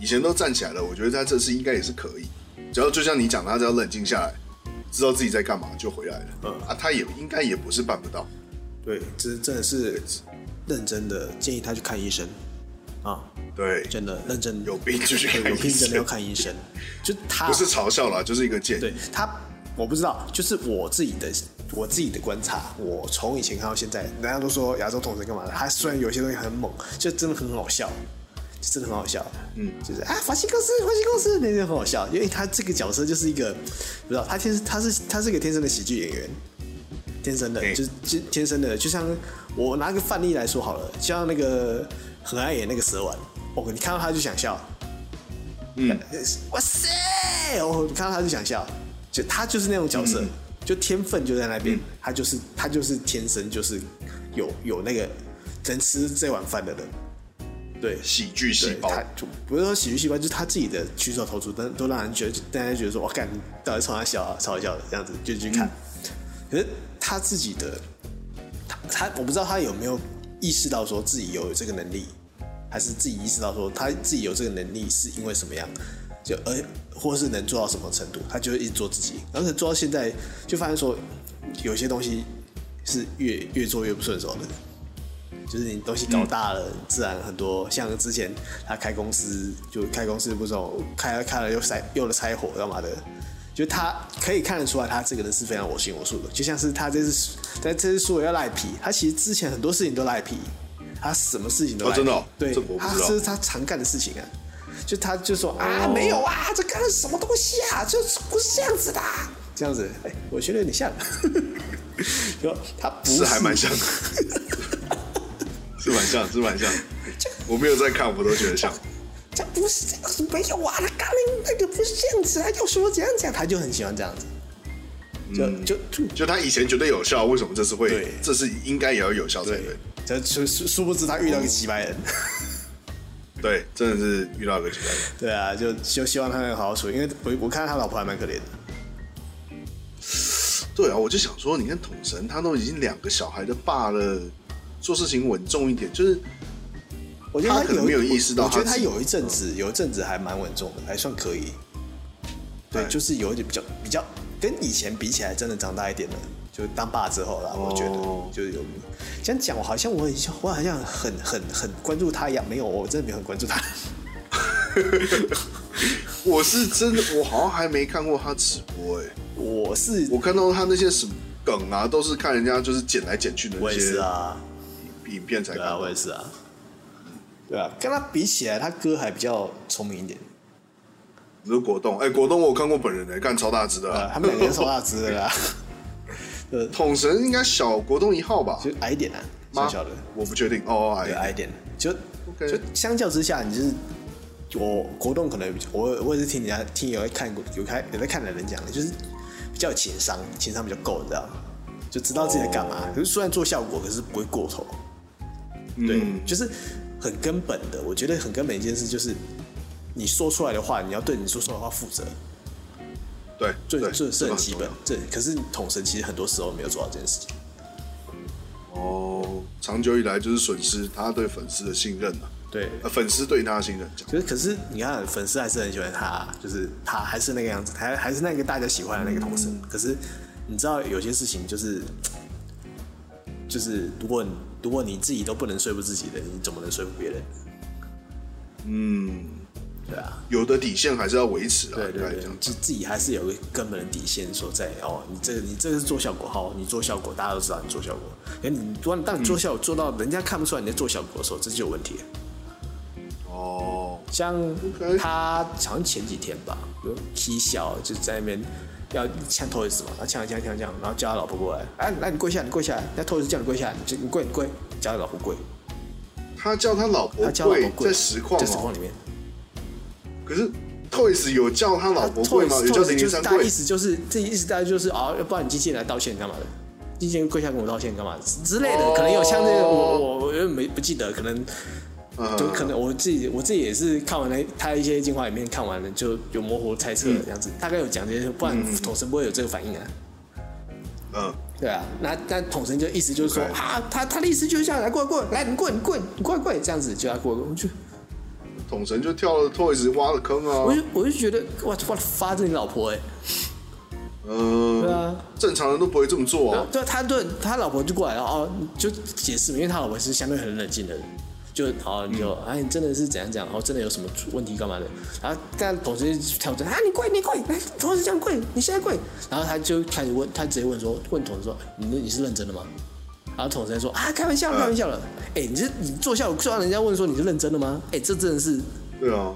以前都站起来了，我觉得他这次应该也是可以。只要就像你讲的，他只要冷静下来，知道自己在干嘛就回来了。嗯啊，他也应该也不是办不到。对，这真的是认真的建议他去看医生啊，对，真的认真有病就去对看有医病真的要生，看医生，就他不是嘲笑啦，就是一个建议对。他，我不知道，就是我自己的我自己的观察，我从以前看到现在，人家都说哎亚洲统神干嘛的，他虽然有些东西很猛，就真的很好笑，就真的很好笑，嗯，就是啊，法西克斯，法西克斯，那就很好笑，因为他这个角色就是一个，不知道他天生他是他是一个天生的喜剧演员。天生的，对就是就天生的，就像我拿个范例来说好了，像那个很爱演那个蛇丸，哦，你看到他就想笑，嗯，哇塞！哦，你看到他就想笑，就他就是那种角色，嗯就天分就在那边，他就是他就是天生就是有有那个能吃这碗饭的人，对，喜剧细对胞他就不是说喜剧细胞，就是他自己的举手投足，但都让人觉得，大家觉得说，哇，干，你到底冲他笑啊，超好笑的这样子，就去看。嗯可是他自己的，他他我不知道他有没有意识到说自己有这个能力，还是自己意识到说他自己有这个能力是因为什么样，就而或是能做到什么程度，他就会一直做自己，而且做到现在就发现说，有些东西是越越做越不顺手的。就是你东西搞大了，自然很多。像之前他开公司，就开公司不走，开了开了又拆又了拆伙干嘛的，就他可以看得出来，他这个人是非常我行我素的。就像是他这次，但这次说要赖皮，他其实之前很多事情都赖皮，他什么事情都哦赖皮，真的哦对这我，不他知道这是他常干的事情啊。就他就说啊，没有啊，这干什么东西啊，就是不是这样子的啊、这样子。哎、我觉得有点像， 就他不是还蛮像的，是蛮像，是蛮像。我没有在看，我都觉得像。这不是这样子，没有啊，他刚那那个不是这样子啊，要说怎样怎样，他就很喜欢这样子，就、就就就他以前觉得有效，为什么这次会对？这次应该也要有效才对对。，这殊殊殊不知他遇到一个几百人， 对，真的是遇到个奇怪人。对啊，就就希望他能好好处理，因为我我看他老婆还蛮可怜的，对啊，我就想说，你看统神他都已经两个小孩的爸了，做事情稳重一点，就是我觉得他可能有一没有意识到我觉得他他自己有一阵子有一阵子还蛮稳重的，还算可以，对，哎就是有一点比较比较跟以前比起来，真的长大一点了。就当爸之后啦，我觉得、哦就是有这样讲，我好像我很像我好像很很很关注他一样，没有，我真的没有很关注他。我是真的，我好像还没看过他直播哎、我是我看到他那些什么梗啊，都是看人家就是剪来剪去的我那也些是啊，影片才对看啊，到我也是啊，对啊，跟他比起来，他哥还比较聪明一点，你说果冻，哎、果冻我有看过本人哎、干超大只的啊、 啊，他们两个都超大只的啦， 统神应该小国东一号吧？就矮一点啊，吗 小小的，我不确定哦，对，哎，矮一点，就 OK 就相较之下，你就是。我国栋可能比较我我也是听人家听有在看过有看有在看的人讲的，就是比较有情商，情商比较够，你知道吗？就知道自己在干哦嘛。可是虽然做效果，可是不会过头。对，哎嗯就是很根本的。我觉得很根本一件事就是，你说出来的话，你要对你说出来的话负责，对，这对这是个很很基重本要。这可是统神其实很多时候没有做到这件事情。哦，长久以来就是损失他对粉丝的信任啊，对呃，粉丝对他的信任。这样就是可是你看，粉丝还是很喜欢他，就是他还是那个样子，还还是那个大家喜欢的那个童神。可是你知道有些事情就是，就是如果你如果你自己都不能说服自己的，你怎么能说服别人？嗯，对啊，有的底线还是要维持啊，对应该对对这样，就自己还是有个根本的底线所在哦。你这个你这个是做效果好，你做效果大家都知道你做效果，可你当当你做效果做到人家看不出来你在做效果的时候，这就有问题了。哦，像 OK 他好像前几天吧，有踢笑，就在那边要呛托雷斯嘛，他呛呛呛呛，然后叫他老婆过来，哎、来你跪下，你跪下来，那托雷斯叫你跪下，你就你跪你跪，叫他老婆跪，他叫他老婆他叫他老跪婆跪，在实况在实况哦，里面，可是 Toys 有叫他老婆跪吗？有叫托雷零就零是三大家跪意？思就是这意思大概就是啊，要不然你经纪人来道歉干嘛的？经纪人跪下跟我道歉干嘛之之哦类的，可能有像这个我我我又没不记得，可能嗯就可能我自己我自己也是看完了他一些精华里面看完了，就有模糊猜测这样子，大概有讲这些，不然统神不会有这个反应啊。嗯，对啊，那那统神就意思就是说 OK 啊，他他的意思就是这样，来过来过来，来你过来你过来你过来过来这样子就要过来，我就统神就跳了 Toys 挖了坑我啊，就我就觉得哇哇发这你老婆哎、对嗯，啊，正常人都不会这么做啊。对啊，他对他老婆就过来了哦，就解释嘛，因为他老婆是相对很冷静的人，就哦你就、哎你真的是怎样怎样，哦真的有什么问题干嘛的，然后但同时跳针啊你跪你跪，来同时这样跪，你现在跪，然后他就开始问，他直接问说问同事说你你是认真的吗？然后统神说啊，开玩笑，嗯开玩笑了。哎、你这你做效果，做到人家问说你是认真的吗？哎、这真的是，对啊，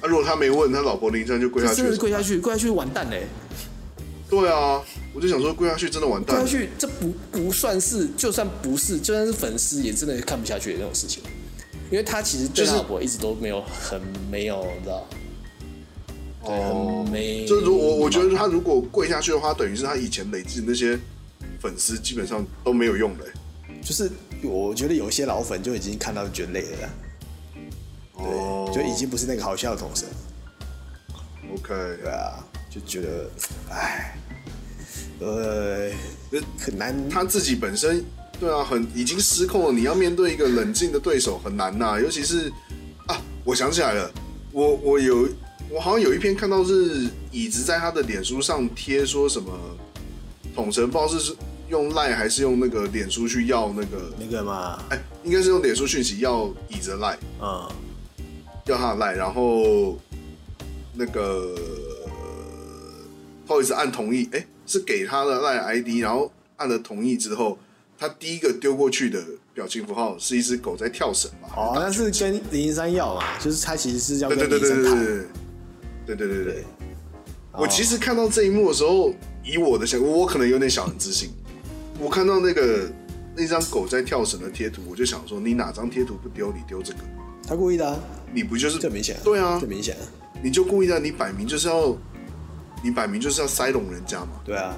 啊，如果他没问，他老婆零三就跪这下去真的了是。跪下去，跪下去完蛋嘞、欸对啊，我就想说跪下去真的完跪蛋下了。去这不不算是，就算不是，就算是粉丝也真的看不下去的那种事情。因为他其实对他老婆一直都没有很没有，你知道，对，哦很没。就是如我我觉得他如果跪下去的话，等于是他以前累积的那些粉丝基本上都没有用了、欸就是我觉得有一些老粉就已经看到觉得累了啦，哦就已经不是那个好笑的童声， OK，对啊，就觉得，唉，呃，很难。他自己本身对啊，很已经失控了。你要面对一个冷静的对手很难呐、尤其是啊，我想起来了，我我有我好像有一篇看到是椅子在他的脸书上贴说什么统神不知道是用赖还是用那个脸书去要那个，那个嘛，哎，应该是用脸书讯息要椅子赖。嗯，要他的赖，然后那个不好意思按同意，哎、是给他的赖 ID，然后按了同意之后，他第一个丢过去的表情符号是一只狗在跳绳嘛？哦，那是跟林一山要嘛，就是他其实是要对跟对林对一对山对谈，对对对对对对。我其实看到这一幕的时候，以我的想，我可能有点小人之心。我看到那个那张狗在跳绳的贴图，我就想说，你哪张贴图不丢，你丢这个，他故意的、啊，你不就是这很明显、对啊这，很明显、啊，你就故意的，你摆明就是要，你摆明就是要塞拢人家嘛。对啊，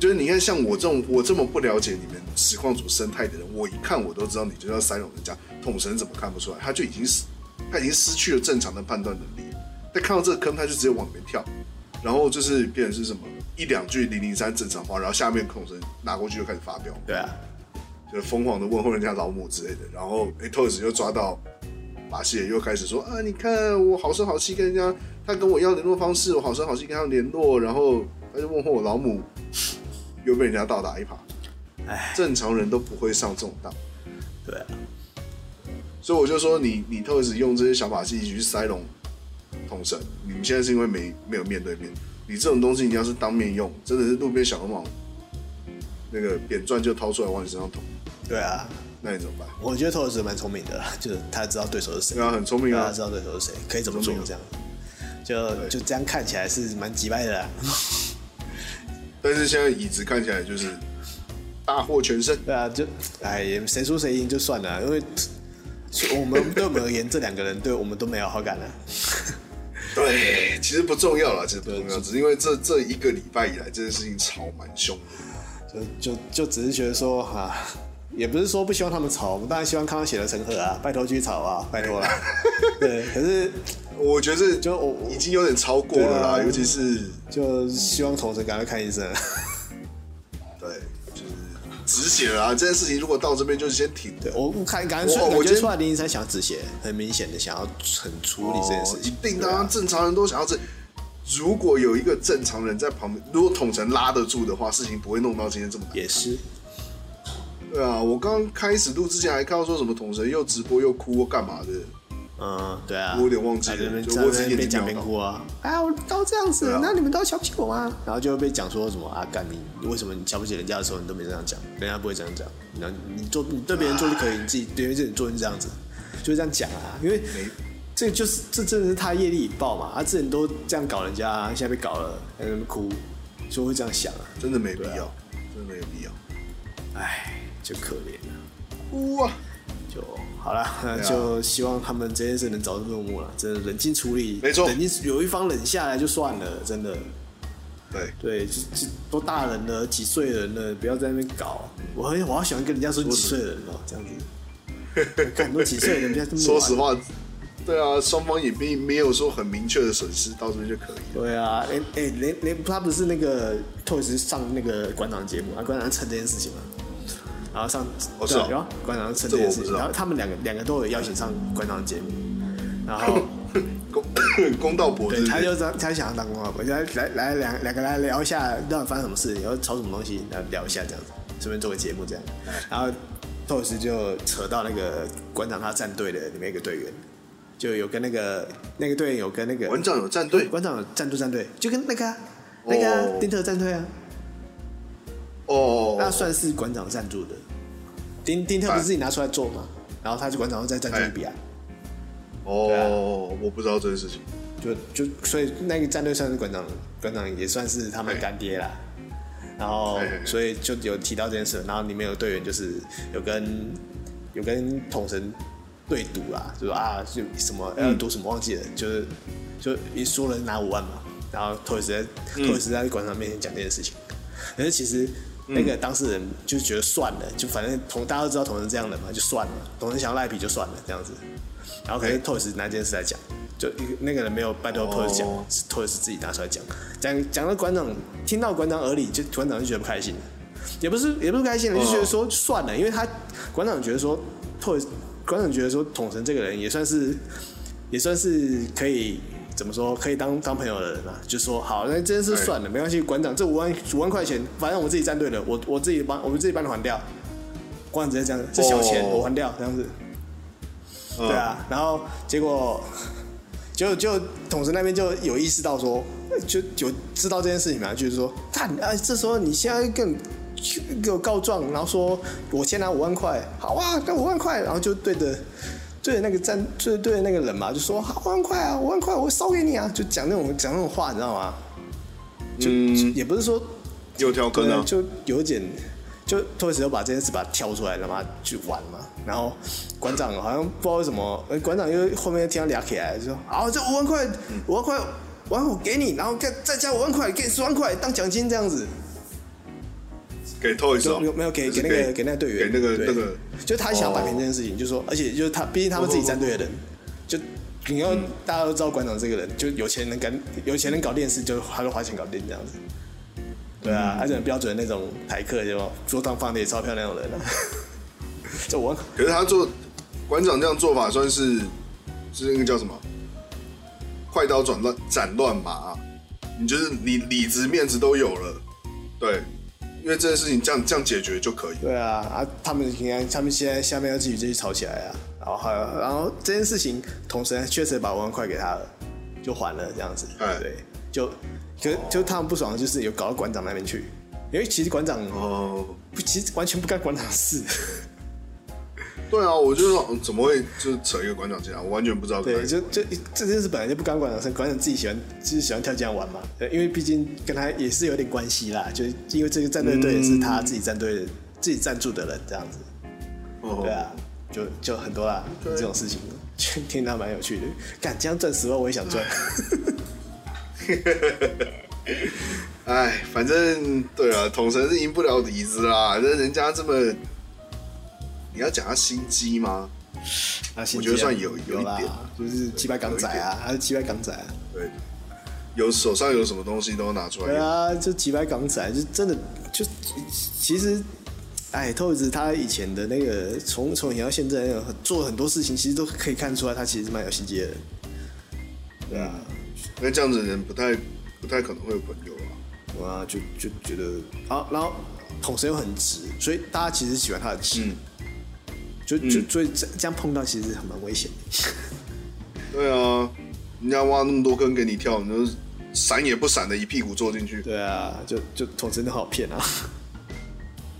就是你看，像我这种我这么不了解你们实况组生态的人，我一看我都知道你就是要塞拢人家。统神怎么看不出来？他就已经失，他已经失去了正常的判断能力。他看到这个坑，他就直接往里面跳，然后就是变成是什么一两句零零三正常话，然后下面统神拿过去就开始发飙，对啊，就是疯狂的问候人家老母之类的。然后哎，透子又抓到马戏又开始说啊，你看我好声好气跟人家，他跟我要联络方式，我好声好气跟他联络，然后他就问候我老母，又被人家倒打一耙。唉，正常人都不会上这种当，对啊，所以我就说你你透子用这些小把戏一起去塞拢统神，你们现在是因为没没有面对面，你这种东西你要是当面用，真的是路边小流氓那个扁钻就掏出来往你身上捅，对啊，那你怎么办？我觉得托尔斯蛮聪明的啦， 就是他知道对手是谁，对啊，很聪明对他啊知，道对手是谁，可以怎么做这样，就就这样看起来是蛮击败的啦， 但是现在椅子看起来就是大获全胜。对啊，就哎也谁输谁赢就算了，因为所以我们对我们而言， 这两个人对我们都没有好感了，啊对，其实不重要啦，其实不重对要，只是因为这这一个礼拜以来，这件事情吵蛮凶的。就就就只是觉得说啊。也不是说不希望他们吵，我们当然希望看到血流成河啊！拜托继续吵啊，拜托啦。 对，可是我觉得就我我已经有点超过了啦，对啊尤其是就希望同神赶快看医生。啊对，就是止血了啊！这件事情如果到这边就先停对我我看感觉我我感觉觉得出来林一山想要止血，很明显的想要很哦处理这件事一情。啊定啊当然正常人都想要这。如果有一个正常人在旁边，如果统神拉得住的话，事情不会弄到今天这么难。也是，对啊，我刚开始录之前还看到说什么统神又直播又哭又干嘛的，嗯，对啊，我有点忘记了在那边就在我那只是边边眼睛讲瞄边到哭啊，啊，我都这样子对啊，那你们都要瞧不起我啊，然后就会被讲说什么啊，干你为什么你瞧不起人家的时候，你都没这样讲，人家不会这样讲，然后你做你对别人做就可以，你自己对自己做就这样子，就是这样讲啊，因为没这就是这真的是他业力引爆嘛，他啊之前都这样搞人家啊，现在被搞了，还在那边哭，就会这样想啊，真的没必对要啊，真的没有必要。唉，就可怜了。哭啊！就好了，那对啊 就希望他们这件事能早日落幕了。真的冷静处理，没错冷静有一方冷下来就算了，真的。对，对，就就都大人了，几岁人了，不要在那边搞。我很我好喜欢跟人家说你几岁人哦，这样子。 很多几岁人，人家这么说晚实，话，对啊，双方也并没有说很明确的损失，到这边就可以了。对啊，连哎连连他不是那个 Toys 上那个馆长节目啊，馆长蹭这件事情嘛。然后上，哦对是哦然后馆长蹭这这我件不事知情，道然后他们两个两个都有邀请上馆长的节目，然 后 公公道博嗯对，是他就当他想要当公号伯，来来来两两个来聊一下，到底发生什么事，然后吵什么东西，来聊一下这样子，顺便做个节目这样。嗯然后托尔斯就扯到那个馆长他战队的里面一个队员，就有跟那个那个队员有跟那个馆长有战队馆长有战队战队，就跟那个啊、那个啊、哦丁特战队啊，哦，哎那算是馆长赞助的。丁丁特不是自己拿出来做嘛，然后他就馆长又再赞助一笔啊，对啊哦，我不知道这件事情。就就所以那个战队算是馆长，馆长也算是他们干爹啦。然后哎所以就有提到这件事，然后里面有队员就是有跟有跟统神对赌啦，就说啊，就什么要赌什么忘记了，就是就一输了拿五万嘛，然后托尔斯在托尔斯在馆长面前讲这件事情，可是其实那个当事人就觉得算了，就反正同大家都知道同仁这样的嘛，就算了，同仁想要赖皮就算了这样子，然后可是托尔斯拿这件事来讲。就一个那个人没有拜托托尔斯讲哦，是托尔斯自己拿出来讲，讲讲到馆长听到馆长耳里，就馆长就觉得不开心了，也不是也不是不开心了，就觉得说算了，因为他馆长觉得说托尔斯馆长觉得说统神这个人也算是也算是可以怎么说可以当当朋友的人嘛，就说好那这件事算了，没关系，馆长这五万五万块钱，反正我自己站队了，我我自己帮我们自己帮你还掉，馆长直接这样，这小钱哦我还掉这样子，嗯对，啊，然后结果就就统神那边就有意识到说，就有知道这件事情嘛，就是说，看啊，这时候你现在更给我告状，然后说我先拿五万块，好啊，那五万块，然后就对着对着那个站，对对着那个人嘛，就说好五万块啊，五万块我烧给你啊，就讲那种讲那种话，你知道吗？就、嗯也不是说又跳坑对啊，就有点，就托尔斯又把这件事把它挑出来，让他去玩嘛。然后馆长好像不知道为什么，呃馆长又后面又听到俩起来，就说：“好，这五万块，五万块，五万块我给你，然后再再加五万块，给你十万块当奖金这样子。”给托一手，就没有没有给就是给那个给那个队员，给那个对那个，哦就他想要摆平这件事情，就说，而且就是他，毕竟他们自己战队的人，就你嗯要大家都知道馆长这个人，就有钱人干，有钱人搞电视，就他就花钱搞定这样子。对啊，嗯他就很标准的那种台客，就桌上放的也钞票那种人 啊。就我可是他做馆长这样做法算是是那个叫什么？快刀斩乱斩乱麻啊、你就是你里子面子都有了，对，因为这件事情这样这样解决就可以了。对啊，啊，他们你看，他们现在下面要继续继续吵起来啊，然后还有，然后这件事情，同神确实把五万块给他了，就还了这样子，哎对，就可就他们不爽，就是有搞到馆长那边去，因为其实馆长哦，不，其实完全不干馆长的事，对啊，我就说怎么会就扯一个馆长进来，我完全不知道可以。对，就就这件事本来就不干馆长的事，馆长自己喜欢就是喜欢跳这样玩嘛，对因为毕竟跟他也是有点关系啦，就是因为这个战队队也是他自己战队的、自己赞助的人这样子，哦对啊，就就很多啦，这种事情，就听到蛮有趣的。敢这样赚十万，我也想赚。哎，反正对啊，统神是赢不了李子啦。那人家这么，你要讲他心机吗？啊，我觉得算有有有一啦点，就是击败港仔啊，还是击败港仔啊。对，有手上有什么东西都拿出来对用。啊，就击败港仔，就真的就其实，哎，透子他以前的那个从从以前到现在那种做很多事情，其实都可以看出来，他其实是蛮有心机的人。对啊，那这样子的人不太不太可能会有朋友啊。我啊就就觉得啊，然后统神又很直，所以大家其实喜欢他的直。嗯就就所以这这样碰到其实很蛮危险的。对啊，人家挖那么多坑给你跳，你就闪也不闪的一屁股坐进去。对啊，就就统神都好骗啊。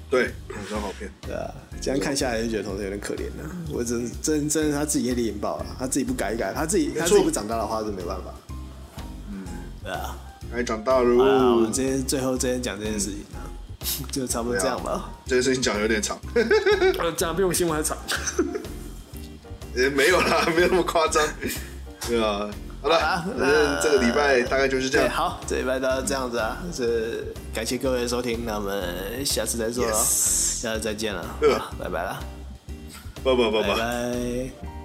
对，统神好骗。对啊，这样看下来就觉得统神有点可怜了、我真真真的他自己业力引爆了，他自己不改一改，他自己他自己不长大的话就没办法。嗯，对啊。该哎长大好啦，哎嗯我喽们。今天最后今天讲这件事情啊，就差不多这样吧。这件事情讲得有点长， 呃，讲比我们新闻还长。也没有啦，没有那么夸张。对啊，好了啊，反那正这个礼呃拜大概就是这对，样。好，这礼拜大家这样子啊，是感谢各位的收听，那我们下次再说了， Yes 下次再见了，呃好拜拜了，不不不拜不。拜。